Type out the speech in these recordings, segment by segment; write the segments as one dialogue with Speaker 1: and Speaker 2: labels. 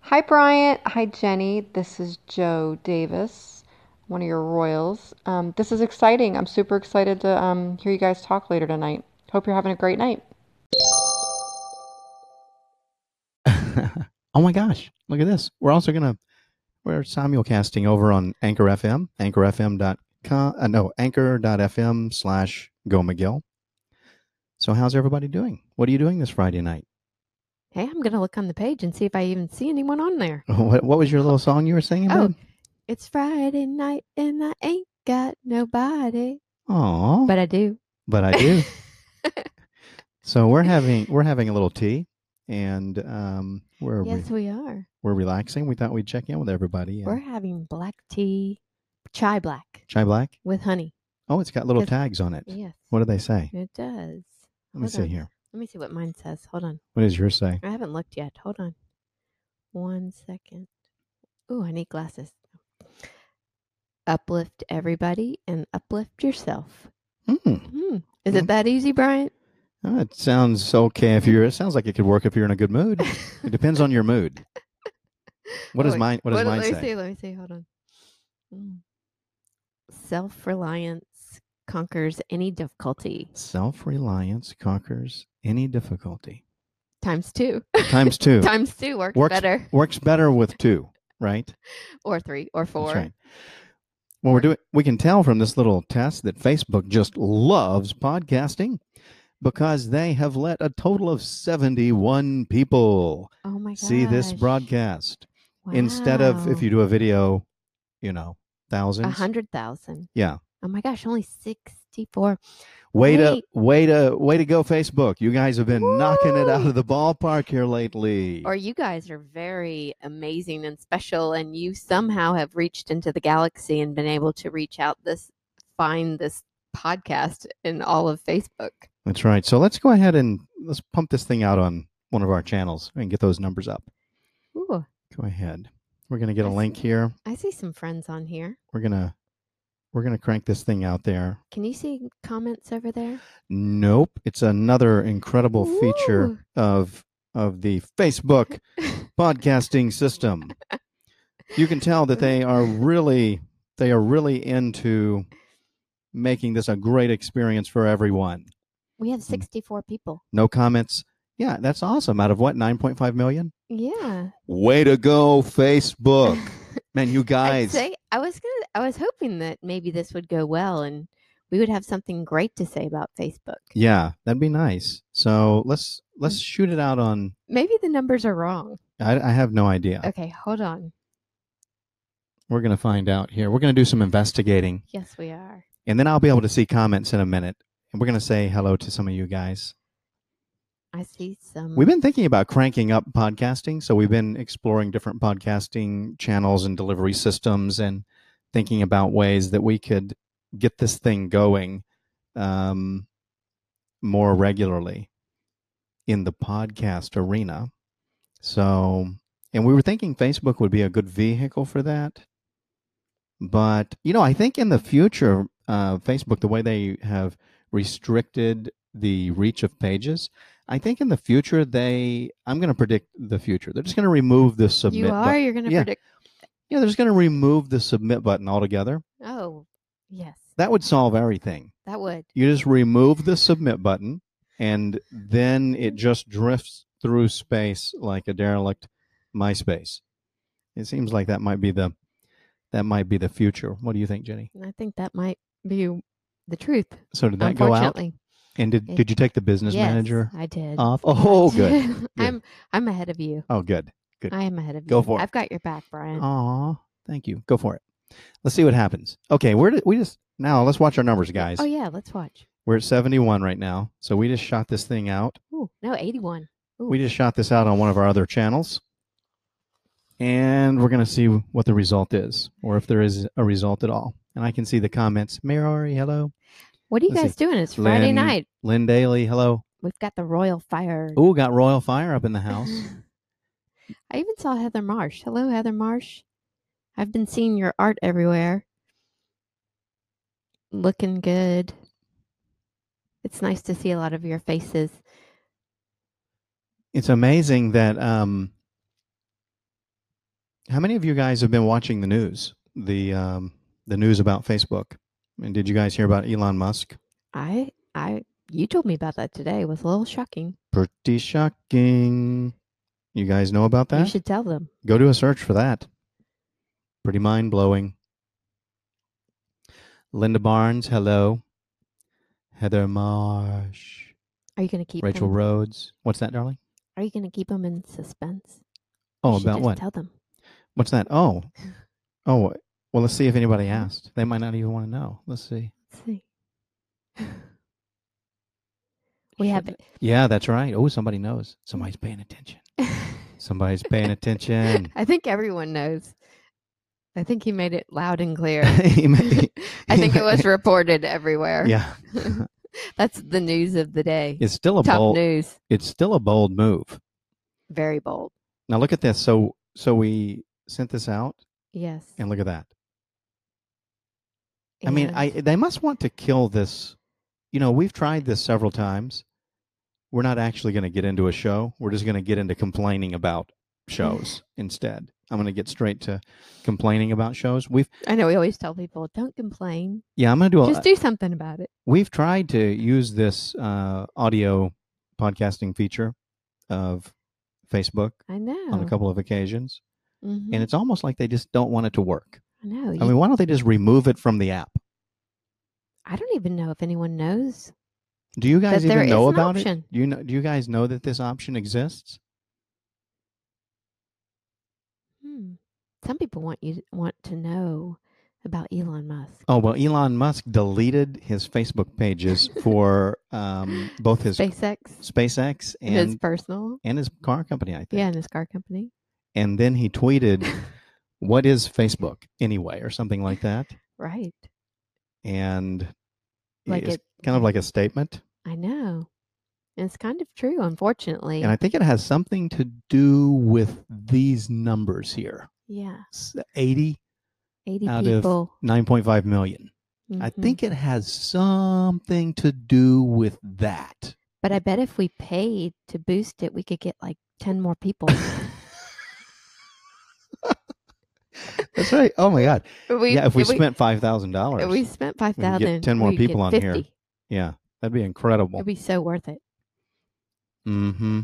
Speaker 1: Hi, Bryant. Hi, Jenny. This is Joe Davis, one of your Royals. Um, this is exciting. I'm super excited to um, hear you guys talk later tonight. Hope you're having a great night.
Speaker 2: oh my gosh, look at this. We're also going to, we're simulcasting over on Anchor FM, anchorfm.com, uh, no, anchor.fm slash go McGill. So how's everybody doing? What are you doing this Friday night?
Speaker 3: Hey, I'm going to look on the page and see if I even see anyone on there.
Speaker 2: What, what was your little song you were singing,
Speaker 3: Oh.
Speaker 2: babe?
Speaker 3: It's Friday night and I ain't got nobody,
Speaker 2: Aw, but,
Speaker 3: but I do.
Speaker 2: I do. so we're having, we're having a little tea and um, we're,
Speaker 3: yes, we are.
Speaker 2: we're relaxing. We thought we'd check in with everybody. and-
Speaker 3: We're having black tea, chai black
Speaker 2: Chai Black?
Speaker 3: with honey.
Speaker 2: Oh, it's got little
Speaker 3: Yes.
Speaker 2: tags on it.
Speaker 3: Yes,
Speaker 2: What do they say?
Speaker 3: it does.
Speaker 2: Let me
Speaker 3: Hold on.
Speaker 2: see here.
Speaker 3: Let me see what mine says. Hold on.
Speaker 2: What does yours say?
Speaker 3: I haven't looked yet. Hold on. One second. Ooh, I need glasses. Uplift everybody and uplift yourself.
Speaker 2: Hmm.
Speaker 3: Hmm. Is
Speaker 2: Hmm.
Speaker 3: it that easy, Brian?
Speaker 2: Oh, it sounds okay if you're. It sounds like it could work if you're in a good mood. It depends on your mood. What does
Speaker 3: Wait,
Speaker 2: mine? What does mine
Speaker 3: let me
Speaker 2: say?
Speaker 3: see. Let me see. Hold on. Hmm. Self reliance conquers any difficulty.
Speaker 2: Self reliance conquers any difficulty.
Speaker 3: Times two.
Speaker 2: Times two
Speaker 3: Times two works,
Speaker 2: Works-
Speaker 3: better.
Speaker 2: works better with two, right?
Speaker 3: Or three or four.
Speaker 2: That's right. Well, we're doing. We can tell from this little test that Facebook just loves podcasting because they have let a total of seventy-one people
Speaker 3: Oh my gosh.
Speaker 2: see this broadcast instead of if
Speaker 3: Wow.
Speaker 2: you do a video, you know,
Speaker 3: a
Speaker 2: thousands.
Speaker 3: hundred thousand.
Speaker 2: Yeah.
Speaker 3: Oh my gosh, only sixty four.
Speaker 2: Way to
Speaker 3: Wait.
Speaker 2: way to way to go, Facebook! You guys have been knocking it out
Speaker 3: Woo!
Speaker 2: of the ballpark here lately.
Speaker 3: Or you guys are very amazing and special and you somehow have reached into the galaxy and been able to reach out this find this podcast in all of Facebook.
Speaker 2: That's right. So let's go ahead and let's pump this thing out on one of our channels and get those numbers up.
Speaker 3: Ooh,
Speaker 2: Go ahead. We're gonna get a
Speaker 3: I
Speaker 2: link
Speaker 3: see.
Speaker 2: here.
Speaker 3: I see some friends on here.
Speaker 2: We're gonna we're gonna crank this thing out there.
Speaker 3: Can you see comments over there?
Speaker 2: Nope, it's another incredible
Speaker 3: Ooh.
Speaker 2: feature of of the Facebook podcasting system. You can tell that they are really they are really into making this a great experience for everyone.
Speaker 3: We have 64 people.
Speaker 2: No comments. Yeah, that's awesome. Out of what, 9.5 million?
Speaker 3: Yeah.
Speaker 2: Way to go, Facebook. Man, you
Speaker 3: I'd
Speaker 2: guys.
Speaker 3: say I was gonna I was hoping that maybe this would go well and we would have something great to say about Facebook.
Speaker 2: Yeah, that'd be nice. So let's let's shoot it out on
Speaker 3: Maybe the numbers are wrong.
Speaker 2: I, I have no idea.
Speaker 3: Okay, hold on.
Speaker 2: We're gonna find out here. We're gonna do some investigating
Speaker 3: Yes, we are.
Speaker 2: and then I'll be able to see comments in a minute. And we're gonna say hello to some of you guys.
Speaker 3: I see some
Speaker 2: We've been thinking about cranking up podcasting, so we've been exploring different podcasting channels and delivery systems, and thinking about ways that we could get this thing going um, more regularly in the podcast arena. So, and we were thinking Facebook would be a good vehicle for that. But, you know, I think in the future, uh, Facebook, the way they have restricted the reach of pages, I think in the future, they, I'm going to predict the future. They're just going to remove the submit
Speaker 3: You are,
Speaker 2: button.
Speaker 3: you're gonna
Speaker 2: yeah.
Speaker 3: predict
Speaker 2: Yeah, they're just going to remove the submit button altogether.
Speaker 3: Oh yes,
Speaker 2: That would solve everything.
Speaker 3: that would.
Speaker 2: You just remove the submit button, and then it just drifts through space like a derelict MySpace. It seems like that might be the that might be the future. What do you think, Jenny?
Speaker 3: And I think that might be the truth.
Speaker 2: So did that go out?
Speaker 3: unfortunately.
Speaker 2: And did
Speaker 3: It-
Speaker 2: did you take the business
Speaker 3: Yes,
Speaker 2: manager
Speaker 3: I did.
Speaker 2: off? Oh, good.
Speaker 3: I'm I'm ahead of you.
Speaker 2: Oh, good. Good.
Speaker 3: I am ahead of you.
Speaker 2: Go for it. Oh,
Speaker 3: I've got your back, Brian.
Speaker 2: Aw, thank you. Go for it. Let's see what happens. Okay, where did we just now? Let's watch our numbers, guys.
Speaker 3: Oh yeah, let's watch.
Speaker 2: We're at 71 right now. So we just shot this thing out.
Speaker 3: Ooh, no, eighty-one. Ooh.
Speaker 2: We just shot this out on one of our other channels. And we're going to see what the result is or if there is a result at all. And I can see the comments. Mary, hello.
Speaker 3: What are you
Speaker 2: let's see.
Speaker 3: guys doing? It's Friday
Speaker 2: Lynn-
Speaker 3: night.
Speaker 2: Lynn Daly, hello.
Speaker 3: We've got the Royal Fire
Speaker 2: Ooh, got Royal Fire up in the house.
Speaker 3: I even saw Heather Marsh. Hello, Heather Marsh. I've been seeing your art everywhere. Looking good. It's nice to see a lot of your faces.
Speaker 2: it's amazing that um, How many of you guys have been watching the news? The um, the news about Facebook. And did you guys hear about Elon Musk?
Speaker 3: I I you told me about that today. It was a little shocking.
Speaker 2: Pretty shocking. You guys know about
Speaker 3: You
Speaker 2: that?
Speaker 3: should tell them.
Speaker 2: Go do a search for that. Pretty mind blowing. Linda Barnes, hello. Heather Marsh,
Speaker 3: Are you going to keep
Speaker 2: Rachel
Speaker 3: Them,
Speaker 2: Rhodes. What's that, darling?
Speaker 3: are you going to keep them in suspense? You
Speaker 2: Oh,
Speaker 3: should
Speaker 2: about
Speaker 3: just
Speaker 2: what?
Speaker 3: Tell them.
Speaker 2: What's that? Oh, oh. Well, let's see if anybody asked. They might not even want to know. Let's see.
Speaker 3: Let's see. we have
Speaker 2: Should- Yeah, that's right. Oh, somebody knows. Somebody's paying attention. Somebody's paying attention.
Speaker 3: I think everyone knows. I think he made it loud and clear.
Speaker 2: He may-
Speaker 3: I think it was reported everywhere.
Speaker 2: yeah.
Speaker 3: That's the news of the day.
Speaker 2: It's still a
Speaker 3: Top
Speaker 2: bold.
Speaker 3: news.
Speaker 2: It's still a bold move.
Speaker 3: Very bold.
Speaker 2: Now look at this. So so we sent this out,
Speaker 3: Yes.
Speaker 2: and look at that. I mean,
Speaker 3: And
Speaker 2: I they must want to kill this. You know, we've tried this several times. We're not actually going to get into a show. We're just going to get into complaining about shows instead. I'm going to get straight to complaining about shows. We've
Speaker 3: I know we always tell people, don't complain.
Speaker 2: yeah, I'm going to do a
Speaker 3: Just do something about it.
Speaker 2: we've tried to use this uh, audio podcasting feature of Facebook
Speaker 3: I know.
Speaker 2: on a couple of occasions,
Speaker 3: Mhm.
Speaker 2: and it's almost like they just don't want it to work.
Speaker 3: I know.
Speaker 2: I
Speaker 3: You-
Speaker 2: mean, why don't they just remove it from the app?
Speaker 3: I don't even know if anyone knows.
Speaker 2: Do you guys
Speaker 3: That there
Speaker 2: even know
Speaker 3: is an
Speaker 2: about
Speaker 3: option.
Speaker 2: it? Do you know? Do you guys know that this option exists?
Speaker 3: Hmm. Some people want you want to know about Elon Musk.
Speaker 2: Oh well, Elon Musk deleted his Facebook pages for um, both his
Speaker 3: SpaceX,
Speaker 2: SpaceX and
Speaker 3: his personal,
Speaker 2: and his car company, I think.
Speaker 3: yeah, and his car company.
Speaker 2: And then he tweeted, "What is Facebook anyway?" or something like that.
Speaker 3: Right.
Speaker 2: And
Speaker 3: Like
Speaker 2: it's
Speaker 3: it-
Speaker 2: kind of like a statement.
Speaker 3: I know. And it's kind of true, unfortunately.
Speaker 2: And I think it has something to do with these numbers here:
Speaker 3: yeah.
Speaker 2: S- 80,
Speaker 3: 80
Speaker 2: Out of-
Speaker 3: people.
Speaker 2: 9.5 million. I
Speaker 3: Mhm.
Speaker 2: think it has something to do with that.
Speaker 3: But I bet if we paid to boost it, we could get like 10 more people.
Speaker 2: That's right. Oh my God.
Speaker 3: we,
Speaker 2: yeah, if we spent five thousand
Speaker 3: if we
Speaker 2: dollars,
Speaker 3: spent
Speaker 2: could get
Speaker 3: 5,000,
Speaker 2: 10 more
Speaker 3: we could
Speaker 2: people on
Speaker 3: 50.
Speaker 2: here. yeah, that'd be incredible.
Speaker 3: It'd be so worth it.
Speaker 2: mm-hmm.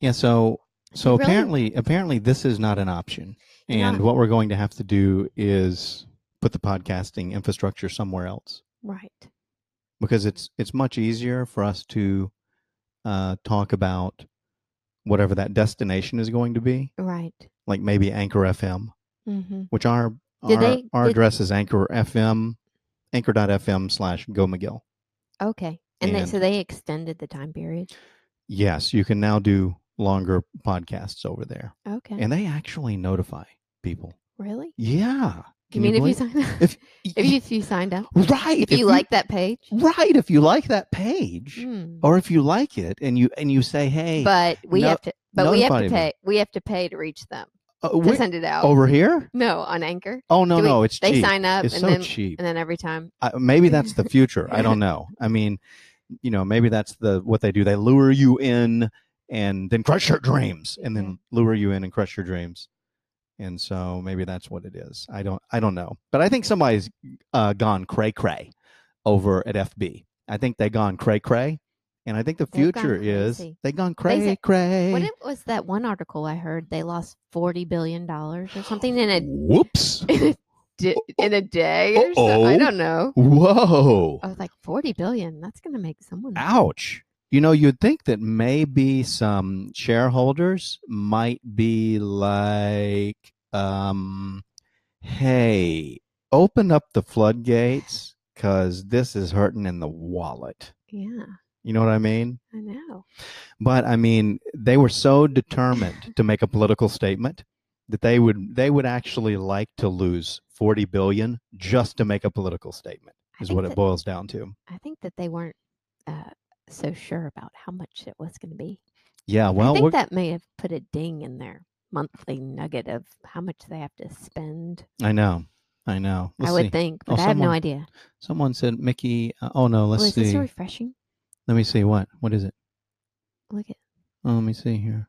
Speaker 2: Yeah. So, so
Speaker 3: really-
Speaker 2: apparently, apparently, this is not an option, and
Speaker 3: Yeah.
Speaker 2: what we're going to have to do is put the podcasting infrastructure somewhere else
Speaker 3: Right.
Speaker 2: because it's it's much easier for us to uh, talk about whatever that destination is going to be,
Speaker 3: Right.
Speaker 2: like maybe Anchor FM.
Speaker 3: Mm-hmm.
Speaker 2: which our
Speaker 3: Did
Speaker 2: our,
Speaker 3: they-
Speaker 2: our
Speaker 3: did-
Speaker 2: address is anchor fm anchor.fm slash go mcgill
Speaker 3: Okay. And, they,
Speaker 2: And-
Speaker 3: so they extended the time period.
Speaker 2: yes you can now do longer podcasts over there
Speaker 3: Okay.
Speaker 2: and they actually notify people
Speaker 3: really?
Speaker 2: yeah
Speaker 3: You
Speaker 2: Can
Speaker 3: mean if you
Speaker 2: believe-
Speaker 3: sign up?
Speaker 2: if-
Speaker 3: If you, if you signed up?
Speaker 2: right
Speaker 3: If, you, like that page?
Speaker 2: right if you like that page
Speaker 3: Hmm.
Speaker 2: or if you like it and you and you say hey
Speaker 3: but we
Speaker 2: no-
Speaker 3: have to but we have
Speaker 2: notify
Speaker 3: to
Speaker 2: me.
Speaker 3: pay we have to pay to reach them
Speaker 2: uh,
Speaker 3: to
Speaker 2: wait,
Speaker 3: send it out.
Speaker 2: over here
Speaker 3: No, on Anchor.
Speaker 2: oh no
Speaker 3: Do we-
Speaker 2: no it's
Speaker 3: They
Speaker 2: cheap
Speaker 3: sign up
Speaker 2: it's
Speaker 3: and
Speaker 2: so
Speaker 3: then
Speaker 2: cheap
Speaker 3: and then every time
Speaker 2: I, maybe that's the future. I don't know. I mean, you know, maybe that's the what they do. They lure you in and then crush your dreams, and
Speaker 3: Yeah.
Speaker 2: then lure you in and crush your dreams. And so maybe that's what it is. I don't. I don't know. But I think somebody's uh, gone cray cray over at FB. I think they gone cray cray, and I think the
Speaker 3: They've gone
Speaker 2: future is
Speaker 3: crazy.
Speaker 2: they gone
Speaker 3: They
Speaker 2: cray
Speaker 3: say-
Speaker 2: cray.
Speaker 3: what it was that one article I heard they lost forty billion dollars or something in a
Speaker 2: Whoops!
Speaker 3: in a, di- in a day or so. I
Speaker 2: Uh-oh.
Speaker 3: don't know.
Speaker 2: Whoa!
Speaker 3: I was like forty billion. That's gonna make someone.
Speaker 2: Ouch. You know, you'd think that maybe some shareholders might be like, um, hey, open up the floodgates because this is hurting in the wallet.
Speaker 3: Yeah,
Speaker 2: You know what I mean?
Speaker 3: I know.
Speaker 2: But I mean, they were so determined to make a political statement that they would they would actually like to lose 40 billion just to make a political statement
Speaker 3: I
Speaker 2: is
Speaker 3: think
Speaker 2: what it
Speaker 3: that-
Speaker 2: boils down to.
Speaker 3: I think that they weren't uh, so sure about how much it was going to be.
Speaker 2: Yeah, Uh, well,
Speaker 3: I
Speaker 2: we're,
Speaker 3: think that may have put a ding in their monthly nugget of how much they have to spend.
Speaker 2: I know. I know. Let's
Speaker 3: I would
Speaker 2: see.
Speaker 3: think,
Speaker 2: Oh,
Speaker 3: but I have no
Speaker 2: someone-
Speaker 3: idea.
Speaker 2: Someone said Mickey. Uh, oh no, let's
Speaker 3: Was
Speaker 2: see.
Speaker 3: this refreshing?
Speaker 2: Let me see what. What is it?
Speaker 3: Look at
Speaker 2: Oh, let me see here.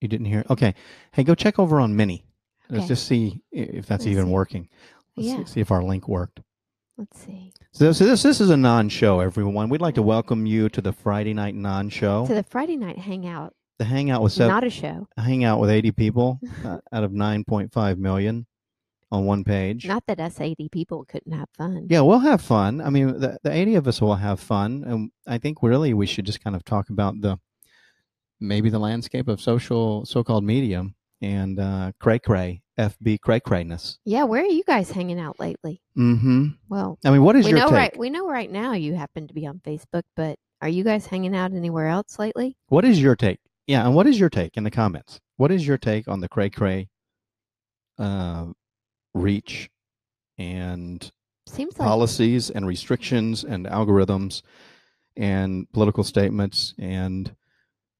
Speaker 2: You didn't hear? Okay. Hey, go check over on Mini.
Speaker 3: Okay.
Speaker 2: Let's just see i- if that's
Speaker 3: Let's
Speaker 2: even
Speaker 3: see.
Speaker 2: working. Let's see-
Speaker 3: Yeah.
Speaker 2: see if our link worked.
Speaker 3: Let's see.
Speaker 2: So, so this this is a non-show, everyone. We'd like to welcome you to the Friday night non-show,
Speaker 3: Mm-hmm. To the Friday night hangout,
Speaker 2: the hangout with seven,
Speaker 3: not a show.
Speaker 2: hangout with eighty people uh, out of nine point five million on one page.
Speaker 3: Not that us 80 people couldn't have fun.
Speaker 2: Yeah, we'll have fun. I mean, the, the 80 of us will have fun. And I think really we should just kind of talk about the maybe the landscape of social, so called media and uh, cray cray, FB cray crayness.
Speaker 3: Yeah, where are you guys hanging out lately?
Speaker 2: Mm hmm.
Speaker 3: Well,
Speaker 2: I mean, what is
Speaker 3: we
Speaker 2: your
Speaker 3: know
Speaker 2: take?
Speaker 3: right we know right now you happen to be on Facebook, but are you guys hanging out anywhere else lately?
Speaker 2: What is your take? Yeah. And what is your take in the comments? What is your take on the cray cray uh, reach and
Speaker 3: Seems like
Speaker 2: policies and restrictions and algorithms and political statements and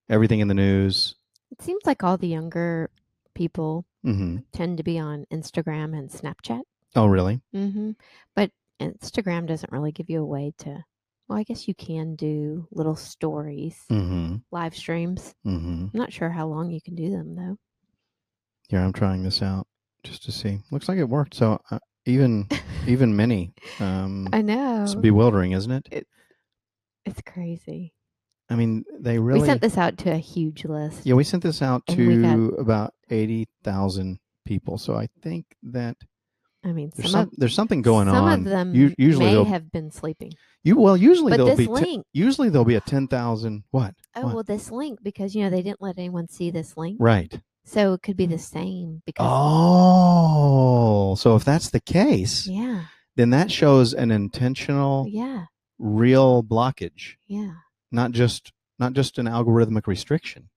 Speaker 2: everything in the news.
Speaker 3: it seems like all the younger people
Speaker 2: hmm
Speaker 3: tend to be on Instagram and Snapchat.
Speaker 2: Oh, really?
Speaker 3: Mm-hmm. But Instagram doesn't really give you a way to. Well, I guess you can do little stories,
Speaker 2: Mm-hmm.
Speaker 3: live streams.
Speaker 2: Mm-hmm.
Speaker 3: I'm not sure how long you can do them though.
Speaker 2: Here, I'm trying this out just to see. Looks like it worked. So uh, even even many, um,
Speaker 3: I know.
Speaker 2: it's bewildering, isn't it?
Speaker 3: It's crazy.
Speaker 2: I mean, they really.
Speaker 3: We sent this out to a huge list.
Speaker 2: yeah, we sent this out
Speaker 3: and we
Speaker 2: to
Speaker 3: got-
Speaker 2: about eighty thousand people. So I think that
Speaker 3: I mean, some,
Speaker 2: there's some,
Speaker 3: of
Speaker 2: there's something going
Speaker 3: some
Speaker 2: on.
Speaker 3: of them
Speaker 2: U- usually
Speaker 3: may
Speaker 2: they'll-
Speaker 3: have been sleeping.
Speaker 2: you well usually
Speaker 3: But
Speaker 2: there'll be
Speaker 3: this
Speaker 2: te-
Speaker 3: link,
Speaker 2: usually there'll be a ten thousand what
Speaker 3: oh
Speaker 2: What?
Speaker 3: well, this link because you know they didn't let anyone see this link,
Speaker 2: right. Mm.
Speaker 3: so it could be the same because
Speaker 2: Oh, so if that's the case,
Speaker 3: yeah,
Speaker 2: then that shows an intentional,
Speaker 3: yeah,
Speaker 2: real blockage.
Speaker 3: yeah.
Speaker 2: not just not just an algorithmic restriction,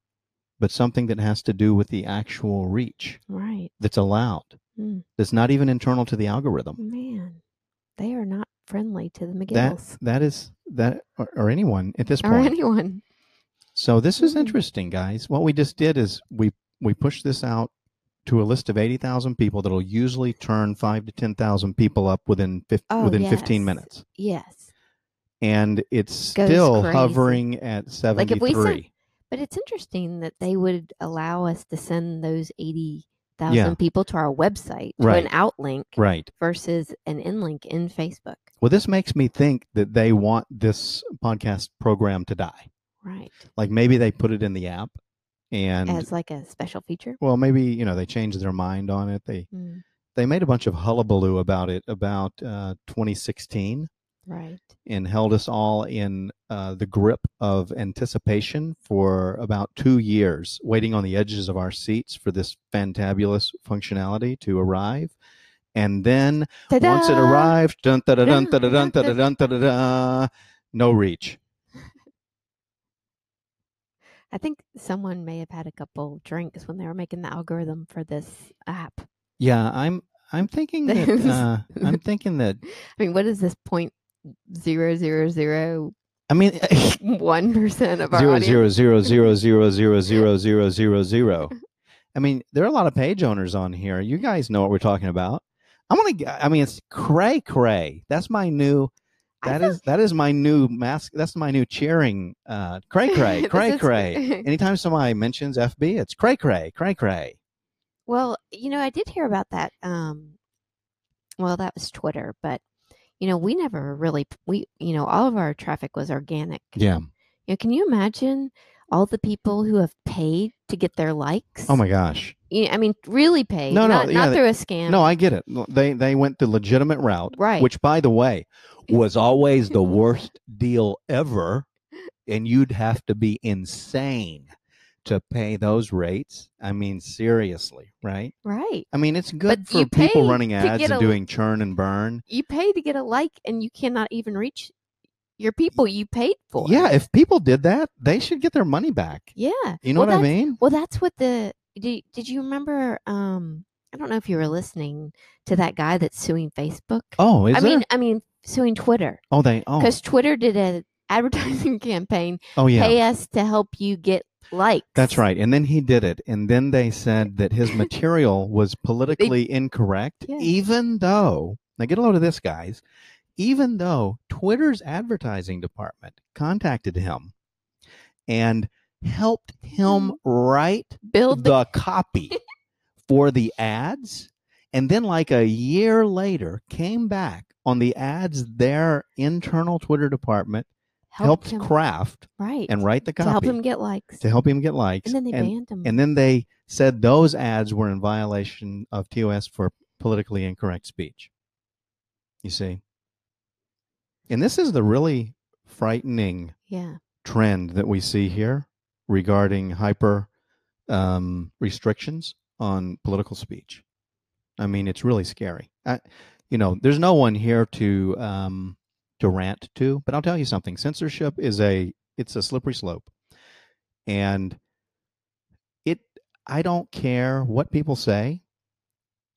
Speaker 2: but something that has to do with the actual reach
Speaker 3: Right.
Speaker 2: that's allowed.
Speaker 3: Mm.
Speaker 2: That's not even internal to the algorithm.
Speaker 3: Man, they are not friendly to the
Speaker 2: That
Speaker 3: McGills
Speaker 2: that is that or, or anyone at this
Speaker 3: or
Speaker 2: point.
Speaker 3: anyone.
Speaker 2: So this is
Speaker 3: Mhm.
Speaker 2: interesting, guys. What we just did is we we pushed this out to a list of eighty thousand people that'll usually turn five to ten thousand people up within fif-
Speaker 3: Oh,
Speaker 2: within fifteen
Speaker 3: yes.
Speaker 2: minutes,
Speaker 3: Yes.
Speaker 2: and it's
Speaker 3: Goes
Speaker 2: still
Speaker 3: crazy.
Speaker 2: hovering at
Speaker 3: Like,
Speaker 2: seventy
Speaker 3: if we
Speaker 2: three.
Speaker 3: sent- But it's interesting that they would allow us to send those 80,000
Speaker 2: Yeah.
Speaker 3: people to our website, to an
Speaker 2: Right.
Speaker 3: outlink
Speaker 2: right.
Speaker 3: versus an inlink in Facebook.
Speaker 2: Well, this makes me think that they want this podcast program to die.
Speaker 3: Right.
Speaker 2: Like maybe they put it in the app and
Speaker 3: As like a special feature.
Speaker 2: well, maybe, you know, they changed their mind on it. They
Speaker 3: Mm,
Speaker 2: they made a bunch of hullabaloo about it about uh, 2016
Speaker 3: right.
Speaker 2: and held us all in uh, the grip of anticipation for about two years, waiting on the edges of our seats for this fantabulous functionality to arrive. And then once it
Speaker 3: Ta-da!
Speaker 2: arrived, dun da da dun da da dun da da
Speaker 3: Dun,
Speaker 2: dun da da da, no reach.
Speaker 3: I think someone may have had a couple drinks when they were making the algorithm for this app.
Speaker 2: Yeah, I'm I'm thinking that uh, I'm thinking that
Speaker 3: I mean, what is this point zero zero zero
Speaker 2: I mean
Speaker 3: one percent of our
Speaker 2: zero
Speaker 3: audience?
Speaker 2: zero zero zero zero zero zero zero zero zero. I mean, there are a lot of page owners on here. You guys know what we're talking about. I'm gonna. g- I mean, it's cray cray. That's my new.
Speaker 3: I
Speaker 2: That
Speaker 3: feel-
Speaker 2: is that is my new mask. That's my new cheering. Uh, cray cray
Speaker 3: This
Speaker 2: cray
Speaker 3: is-
Speaker 2: cray. Anytime somebody mentions FB, it's cray cray cray cray.
Speaker 3: Well, you know, I did hear about that. Um, well, that was Twitter, but you know, we never really p- we you know all of our traffic was organic.
Speaker 2: Yeah.
Speaker 3: You know, can you imagine all the people who have paid to get their likes?
Speaker 2: Oh my gosh.
Speaker 3: You- I mean, really paid.
Speaker 2: No, no,
Speaker 3: not,
Speaker 2: yeah,
Speaker 3: not
Speaker 2: they-
Speaker 3: through a scam.
Speaker 2: No, I get it. L- They they went the legitimate route,
Speaker 3: Right.
Speaker 2: Which, by the way, was always the worst deal ever, and you'd have to be insane to pay those rates. I mean, seriously, right?
Speaker 3: right.
Speaker 2: I mean, it's good
Speaker 3: But you
Speaker 2: for people
Speaker 3: pay
Speaker 2: running
Speaker 3: to
Speaker 2: ads
Speaker 3: get
Speaker 2: and
Speaker 3: a-
Speaker 2: doing churn and burn.
Speaker 3: You pay to get a like, and you cannot even reach your people you paid for.
Speaker 2: Yeah, if people did that, they should get their money back.
Speaker 3: Yeah.
Speaker 2: You know
Speaker 3: Well,
Speaker 2: what I
Speaker 3: that's-
Speaker 2: mean?
Speaker 3: Well, that's what the did, did you remember um I don't know if you were listening to that guy that's suing Facebook.
Speaker 2: Oh, is
Speaker 3: I
Speaker 2: there?
Speaker 3: mean, I mean suing Twitter
Speaker 2: oh, they. Oh,
Speaker 3: cuz Twitter did an advertising campaign
Speaker 2: oh, yeah.
Speaker 3: pay us to help you get likes.
Speaker 2: That's right. And then he did it. And then they said that his material was politically incorrect,
Speaker 3: Yeah.
Speaker 2: even though, now get a load of this, guys, even though Twitter's advertising department contacted him and helped
Speaker 3: Mm.
Speaker 2: him write
Speaker 3: Build the,
Speaker 2: the copy for the ads. And then, like a year later, came back on the ads, their internal Twitter department helped
Speaker 3: him,
Speaker 2: craft
Speaker 3: right
Speaker 2: and write the
Speaker 3: to
Speaker 2: copy
Speaker 3: help him get likes.
Speaker 2: to help him get likes.
Speaker 3: and then they banned him.
Speaker 2: and then they said those ads were in violation of TOS for politically incorrect speech. You see? And this is the really frightening
Speaker 3: yeah,
Speaker 2: trend that we see here regarding hyper um, restrictions on political speech. I mean, it's really scary. I, you know, there's no one here to um, to rant to, but I'll tell you something: censorship is a it's a slippery slope, and it. I don't care what people say.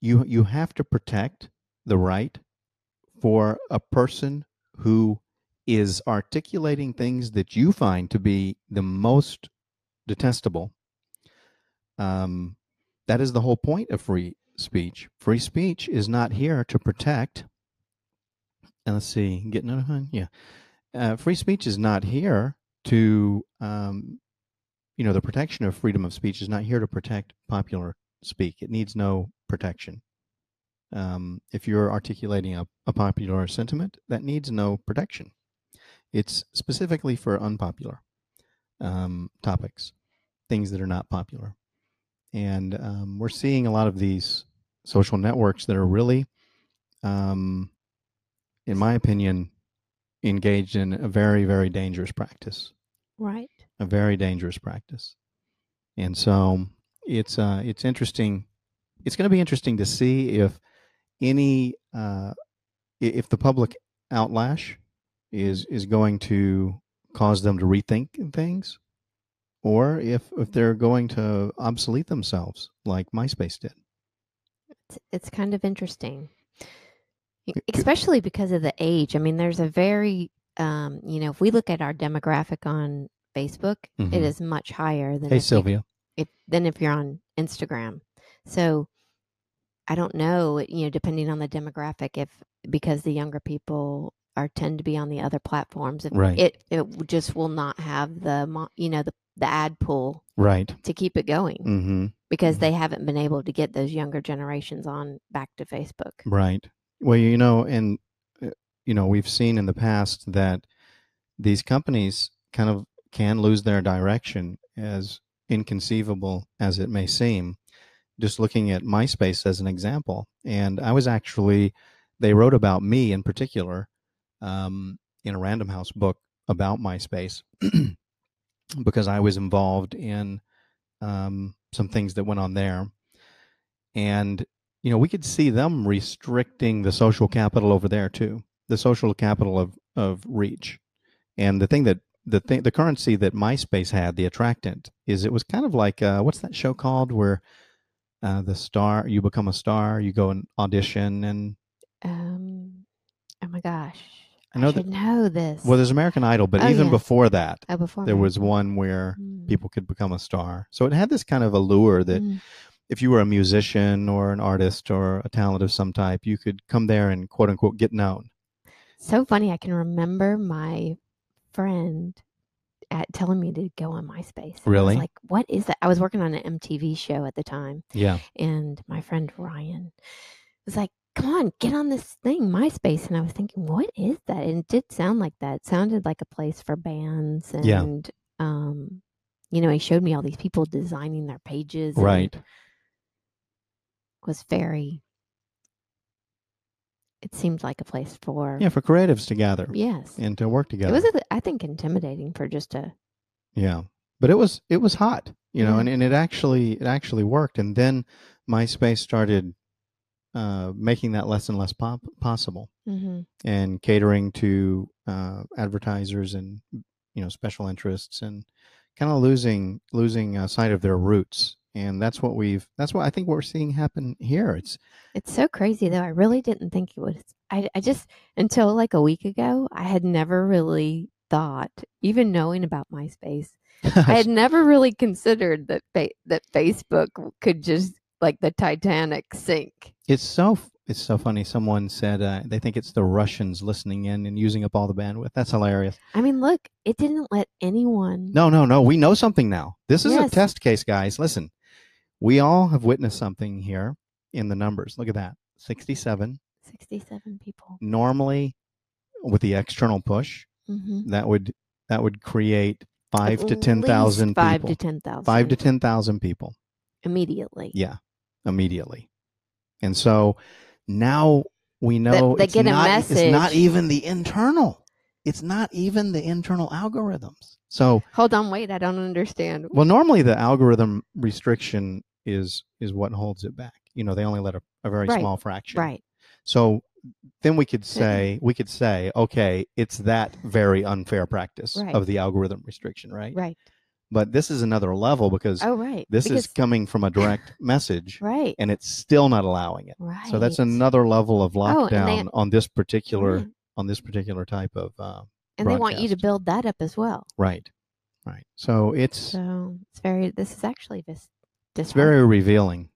Speaker 2: You you have to protect the right for a person who is articulating things that you find to be the most detestable. Um, that is the whole point of free speech. Free speech is not here to protect. And let's see, getting another one? Yeah. Uh, free speech is not here to, um, you know, the protection of freedom of speech is not here to protect popular speak. It needs no protection. Um, if you're articulating a, a popular sentiment, that needs no protection it's specifically for unpopular um, topics, things that are not popular. And um, we're seeing a lot of these social networks that are really, um, in my opinion, engaged in a very, very dangerous practice,
Speaker 3: right.
Speaker 2: a very dangerous practice. And so it's uh, it's interesting. It's going to be interesting to see if any uh, i- if the public outlash is is going to cause them to rethink things or if if they're going to obsolete themselves like MySpace did.
Speaker 3: It's, it's kind of interesting, E- especially because of the age. I mean, there's a very, um, you know, if we look at our demographic on Facebook, it
Speaker 2: Mhm.
Speaker 3: is much higher than
Speaker 2: Hey
Speaker 3: if you-
Speaker 2: Sylvia.
Speaker 3: if than if you're on Instagram. So I don't know, you know, depending on the demographic, if because the younger people are tend to be on the other platforms, if
Speaker 2: Right.
Speaker 3: it it w- just will not have the mo- you know the the ad pool
Speaker 2: Right.
Speaker 3: to keep it going
Speaker 2: Mhm.
Speaker 3: because
Speaker 2: mhm.
Speaker 3: they haven't been able to get those younger generations on back to Facebook.
Speaker 2: Right. Well, you know, and uh, you know, we've seen in the past that these companies kind of can lose their direction as inconceivable as it may seem. Just looking at MySpace as an example, and I was actually they wrote about me in particular um, in a Random House book about MySpace because I was involved in um, some things that went on there, and you know we could see them restricting the social capital over there too, the social capital of of reach, and the thing that the thing the currency that MySpace had, the attractant, is it was kind of like uh, what's that show called where uh, the star you become a star, you go and audition and
Speaker 3: Um, oh my gosh,
Speaker 2: I
Speaker 3: I,
Speaker 2: know that-
Speaker 3: should know this.
Speaker 2: Well, there's American Idol, but
Speaker 3: Oh,
Speaker 2: even
Speaker 3: yes.
Speaker 2: before that,
Speaker 3: oh, before
Speaker 2: there
Speaker 3: my-
Speaker 2: was one where
Speaker 3: Mm,
Speaker 2: people could become a star. So it had this kind of allure that
Speaker 3: mm,
Speaker 2: if you were a musician or an artist or a talent of some type, you could come there and quote unquote get known.
Speaker 3: so funny. I can remember my friend at telling me to go on MySpace. and I
Speaker 2: Really?
Speaker 3: was like, what is that? I was working on an MTV show at the time,
Speaker 2: Yeah.
Speaker 3: and my friend Ryan was like, come on, get on this thing, MySpace. And I was thinking, what is that? And it did sound like that. It sounded like a place for bands and.
Speaker 2: Yeah.
Speaker 3: Um, you know, he showed me all these people designing their pages. and
Speaker 2: Right.
Speaker 3: was very it seemed like a place for
Speaker 2: Yeah, for creatives to gather
Speaker 3: yes
Speaker 2: and to work together.
Speaker 3: it was a- I think intimidating for just a
Speaker 2: Yeah. But it was it was hot, you know,
Speaker 3: Yeah.
Speaker 2: and, and it actually it actually worked. And then MySpace started uh, making that less and less pop- possible.
Speaker 3: mm-hmm.
Speaker 2: and catering to uh, advertisers and you know special interests and kind of losing losing uh, sight of their roots and that's what we've that's what i think we're seeing happen here it's
Speaker 3: it's so crazy though i really didn't think it would I, I just until like a week ago i had never really thought even knowing about myspace i had never really considered that fa- that facebook could just like the titanic sink
Speaker 2: it's so It's so funny. Someone said uh, they think it's the Russians listening in and using up all the bandwidth. That's hilarious.
Speaker 3: I mean, look, it didn't let anyone.
Speaker 2: No, no, no. We know something now. This is
Speaker 3: Yes.
Speaker 2: a test case, guys. Listen, we all have witnessed something here in the numbers. Look at that 67.
Speaker 3: 67 people.
Speaker 2: Normally, with the external push,
Speaker 3: Mm-hmm.
Speaker 2: that would that would create five to ten thousand
Speaker 3: Five
Speaker 2: people.
Speaker 3: to 10,000.
Speaker 2: five to ten thousand people.
Speaker 3: Immediately.
Speaker 2: Yeah, immediately. And so now we know
Speaker 3: they
Speaker 2: it's,
Speaker 3: get a
Speaker 2: not, e, it's not
Speaker 3: message.
Speaker 2: even the internal. It's not even the internal algorithms. So,
Speaker 3: Hold on, wait. I don't understand.
Speaker 2: well, normally the algorithm restriction is is what holds it back. You know, they only let a, a very
Speaker 3: Right,
Speaker 2: small fraction.
Speaker 3: Right.
Speaker 2: So then we could say we could say, okay, it's that very unfair practice
Speaker 3: Right.
Speaker 2: of the algorithm restriction, right?
Speaker 3: Right.
Speaker 2: But this is another level because
Speaker 3: Oh, right.
Speaker 2: this
Speaker 3: because,
Speaker 2: is coming from a direct message,
Speaker 3: Right.
Speaker 2: and it's still not allowing it.
Speaker 3: Right.
Speaker 2: So that's another level of
Speaker 3: Oh, and
Speaker 2: lockdown
Speaker 3: they- Mm-hmm.
Speaker 2: on this particular
Speaker 3: Yeah.
Speaker 2: on this particular type of uh,
Speaker 3: And they want you to
Speaker 2: broadcast.
Speaker 3: build that up as well.
Speaker 2: right, right. So it's
Speaker 3: So it's very, this is actually this.
Speaker 2: it's very revealing.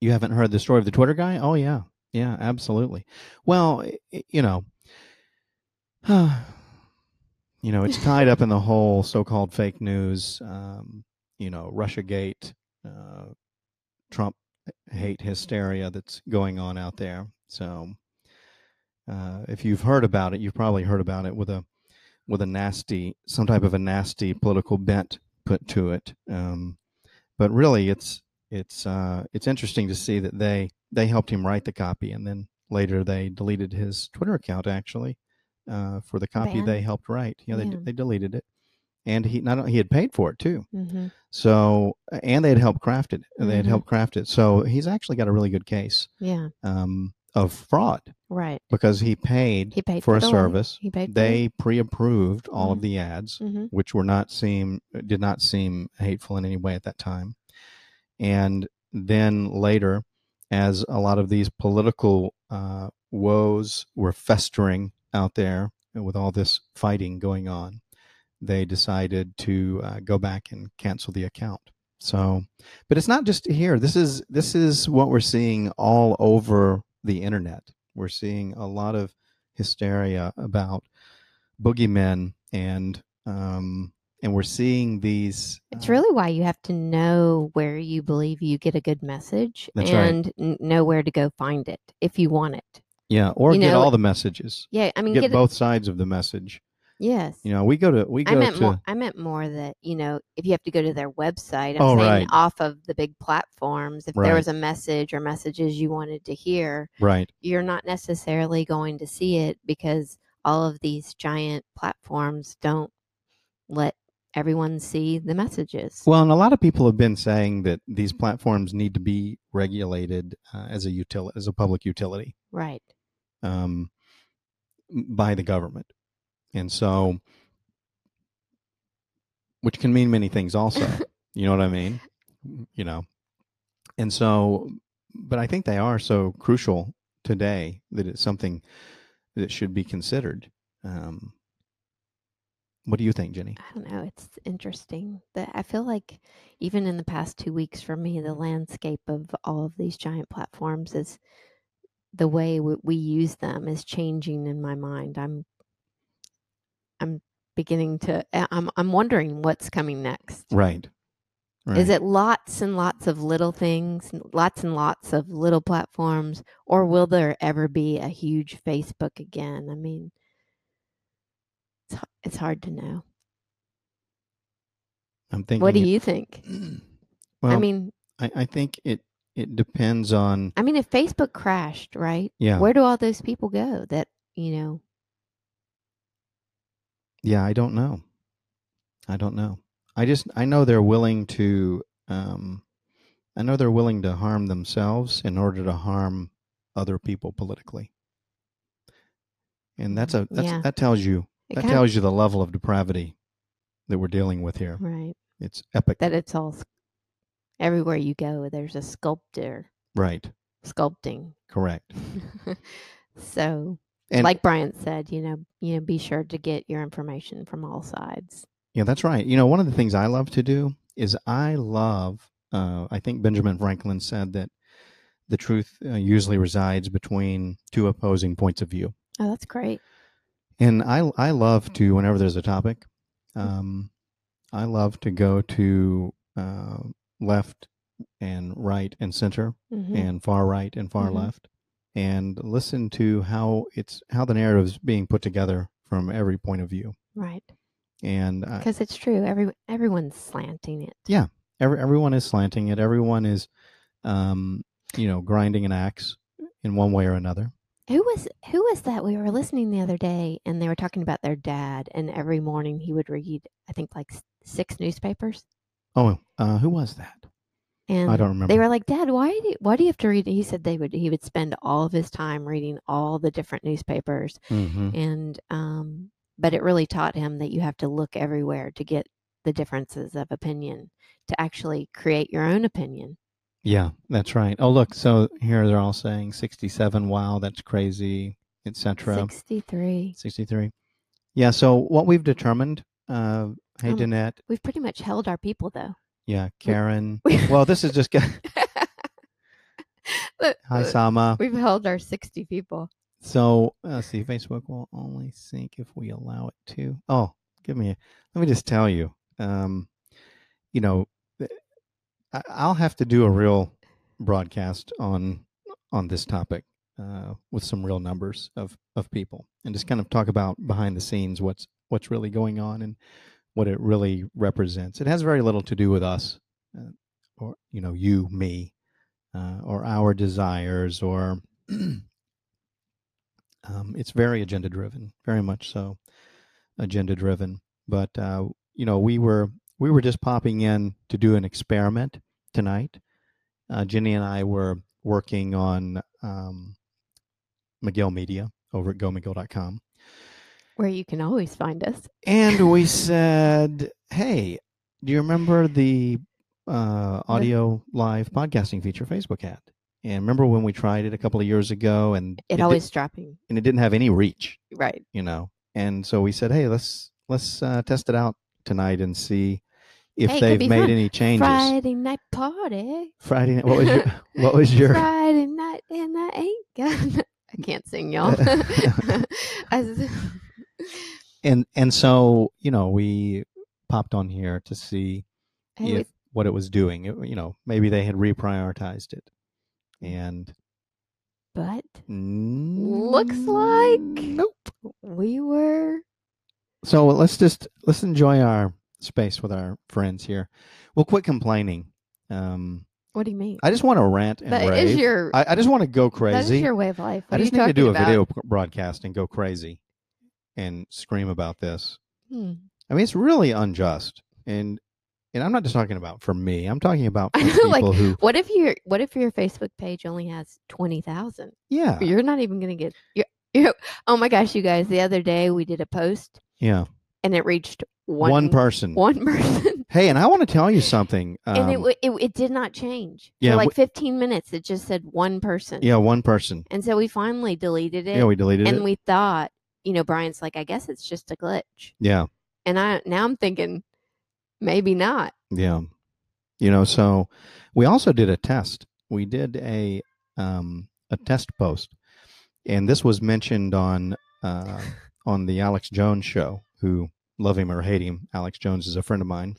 Speaker 2: You haven't heard the story of the Twitter guy? Oh yeah, yeah, absolutely. Well, i- i- you know, you know, it's tied up in the whole so-called fake news. Um, you know, RussiaGate, uh, Trump hate hysteria that's going on out there. So, uh, if you've heard about it, you've probably heard about it with a with a nasty, some type of a nasty political bent put to it. Um, but really, it's it's uh, it's interesting to see that they they helped him write the copy, and then later they deleted his Twitter account actually uh, for the copy
Speaker 3: Ban.
Speaker 2: they helped write. Yeah, they,
Speaker 3: Yeah.
Speaker 2: they deleted it, and he not he had paid for it too.
Speaker 3: hmm
Speaker 2: So and they had helped craft it. They had
Speaker 3: Mhm.
Speaker 2: helped craft it. So he's actually got a really good case
Speaker 3: Yeah.
Speaker 2: um, of fraud
Speaker 3: Right.
Speaker 2: because he paid,
Speaker 3: He paid
Speaker 2: for a
Speaker 3: the light.
Speaker 2: service.
Speaker 3: He paid.
Speaker 2: They pre-approved all of
Speaker 3: Mhm.
Speaker 2: the ads,
Speaker 3: hmm
Speaker 2: which were not seem did not seem hateful in any way at that time. And then later, as a lot of these political uh, woes were festering out there with all this fighting going on, they decided to uh, go back and cancel the account. So, but it's not just here. This is this is what we're seeing all over the internet. We're seeing a lot of hysteria about boogeymen, and um, and we're seeing these.
Speaker 3: It's
Speaker 2: uh,
Speaker 3: really why you have to know where you believe you get a good message
Speaker 2: That's right.
Speaker 3: and n- know where to go find it if you want it.
Speaker 2: yeah, or
Speaker 3: you
Speaker 2: get
Speaker 3: know,
Speaker 2: all the messages.
Speaker 3: Yeah, I mean,
Speaker 2: Get,
Speaker 3: get, it-
Speaker 2: both sides of the message.
Speaker 3: Yes.
Speaker 2: You know, we go to we
Speaker 3: I
Speaker 2: go
Speaker 3: meant
Speaker 2: to
Speaker 3: more. I meant more that you know, if you have to go to their website, I'm
Speaker 2: Oh,
Speaker 3: saying
Speaker 2: right.
Speaker 3: off of the big platforms. If
Speaker 2: Right.
Speaker 3: there was a message or messages you wanted to hear,
Speaker 2: right.
Speaker 3: you're not necessarily going to see it because all of these giant platforms don't let everyone see the messages.
Speaker 2: Well, and a lot of people have been saying that these platforms need to be regulated uh, as a util- as a public utility.
Speaker 3: right.
Speaker 2: um, by the government. And so, which can mean many things also. you know what I mean? You know. And so, but I think they are so crucial today that it's something that should be considered. Um, what do you think, Jenny?
Speaker 3: I don't know. It's interesting that I feel like even in the past two weeks for me, the landscape of all of these giant platforms is the way w- we use them is changing in my mind. I'm, I'm beginning to, I- I'm, I'm wondering what's coming next.
Speaker 2: Right. right.
Speaker 3: Is it lots and lots of little things, n- lots and lots of little platforms, or will there ever be a huge Facebook again? I mean, it's, h- it's hard to know.
Speaker 2: I'm thinking.
Speaker 3: What do you think?
Speaker 2: you? Well,
Speaker 3: I mean,
Speaker 2: I, I think it it depends on
Speaker 3: I mean, if Facebook crashed, right?
Speaker 2: yeah
Speaker 3: Where do all those people go? That you know,
Speaker 2: Yeah, I don't know. I don't know. I just I know they're willing to um I know they're willing to harm themselves in order to harm other people politically. And that's a that's
Speaker 3: Yeah.
Speaker 2: that tells you
Speaker 3: it
Speaker 2: that
Speaker 3: kind
Speaker 2: tells you the level of depravity that we're dealing with here.
Speaker 3: of, right
Speaker 2: It's epic.
Speaker 3: that it's all s- everywhere you go. There's a sculptor
Speaker 2: right.
Speaker 3: sculpting.
Speaker 2: Correct.
Speaker 3: so,
Speaker 2: And
Speaker 3: like Brian said, you know, you know, be sure to get your information from all sides.
Speaker 2: Yeah, that's right. You know, one of the things I love to do is I love. Uh, I think Benjamin Franklin said that the truth uh, usually resides between two opposing points of view.
Speaker 3: Oh, that's great.
Speaker 2: And I, I love to, whenever there's a topic, um, I love to go to uh, left and right and center
Speaker 3: Mhm.
Speaker 2: and far right and far
Speaker 3: Mhm.
Speaker 2: left and listen to how it's how the narrative is being put together from every point of view.
Speaker 3: Right.
Speaker 2: And I,
Speaker 3: Because it's true. Every, everyone's slanting it.
Speaker 2: Yeah. every, everyone is slanting it. Everyone is, um, you know, grinding an axe in one way or another.
Speaker 3: Who was who was that? We were listening the other day, and they were talking about their dad. And every morning he would read, I think, like s- six newspapers.
Speaker 2: Oh, uh, who was that?
Speaker 3: And
Speaker 2: I don't remember.
Speaker 3: They were like, "Dad, why do you, why do you have to read?" He said they would. He would spend all of his time reading all the different newspapers,
Speaker 2: hmm
Speaker 3: and um, but it really taught him that you have to look everywhere to get the differences of opinion to actually create your own opinion.
Speaker 2: Yeah, that's right. Oh, look. So here they're all saying 67. Wow, that's crazy, etc.
Speaker 3: Sixty three.
Speaker 2: 63. Yeah. So what we've determined, uh, hey,
Speaker 3: Um,
Speaker 2: Danette.
Speaker 3: We've pretty much held our people though.
Speaker 2: Yeah, Karen.
Speaker 3: we-
Speaker 2: well, this is just. g-
Speaker 3: But-
Speaker 2: Hi, Sama.
Speaker 3: Uh, We've held our sixty people.
Speaker 2: So uh, let's see. Facebook will only sync if we allow it to. Oh, give me. A, let me just tell you. Um, you know, th- I, I'll have to do a real broadcast on on this topic uh, with some real numbers of of people and just kind of talk about behind the scenes what's what's really going on and what it really represents. It has very little to do with us, uh, or you know, you, me, uh, or our desires, or um, it's very agenda driven, very much so agenda driven. But uh, you know, we were we were just popping in to do an experiment tonight. Uh, Jenny and I were working on um, McGill Media over at gomcgill.com.
Speaker 3: Where you can always find us.
Speaker 2: And we said, hey, do you remember the uh, audio live podcasting feature Facebook had? And remember when we tried it a couple of years ago and
Speaker 3: It,
Speaker 2: di-
Speaker 3: always dropping.
Speaker 2: and it didn't have any reach,
Speaker 3: Right.
Speaker 2: you know. And so we said, hey, let's let's uh, test it out tonight and see if
Speaker 3: Hey, it could
Speaker 2: they've
Speaker 3: be
Speaker 2: made
Speaker 3: fun.
Speaker 2: any changes.
Speaker 3: Friday night party.
Speaker 2: Friday night. What was your what was your
Speaker 3: Friday night and I ain't got. no- I can't sing, y'all. I s-
Speaker 2: and and so you know we popped on here to see
Speaker 3: I
Speaker 2: if
Speaker 3: would-
Speaker 2: what it was doing. It, you know, maybe they had reprioritized it, and
Speaker 3: but
Speaker 2: looks
Speaker 3: like-
Speaker 2: nope.
Speaker 3: we were
Speaker 2: So let's just let's enjoy our space with our friends here. We'll quit complaining. Um,
Speaker 3: what do you mean
Speaker 2: I just want to rant and
Speaker 3: That is
Speaker 2: rave.
Speaker 3: your
Speaker 2: I, I just want to go crazy.
Speaker 3: that is your way of life
Speaker 2: I
Speaker 3: What are
Speaker 2: just
Speaker 3: you
Speaker 2: need to do a
Speaker 3: talking
Speaker 2: video p- broadcast and go crazy and scream about this.
Speaker 3: about?
Speaker 2: I mean, it's really unjust, and and I'm not just talking about for me. I'm talking about for
Speaker 3: I know,
Speaker 2: people
Speaker 3: like,
Speaker 2: who,
Speaker 3: Hmm. what if your what if your facebook page only has 20000
Speaker 2: yeah,
Speaker 3: you're not even gonna get you're, you oh my gosh you guys the other day we did a post
Speaker 2: yeah,
Speaker 3: and it reached one
Speaker 2: one, person,
Speaker 3: one person
Speaker 2: Hey, and I want to tell you something. Um,
Speaker 3: and it, wa- it it did not change
Speaker 2: yeah,
Speaker 3: for like 15 minutes it just said one person
Speaker 2: yeah, one person.
Speaker 3: and so we finally deleted it
Speaker 2: Yeah, we deleted
Speaker 3: and
Speaker 2: it.
Speaker 3: we thought you know brian's like i guess it's just a glitch
Speaker 2: yeah,
Speaker 3: and i now i'm thinking maybe not
Speaker 2: yeah. You know, so we also did a test. We did a um, a test post, and this was mentioned on uh, on the Alex Jones show. Who love him or hate him, Alex Jones is a friend of mine,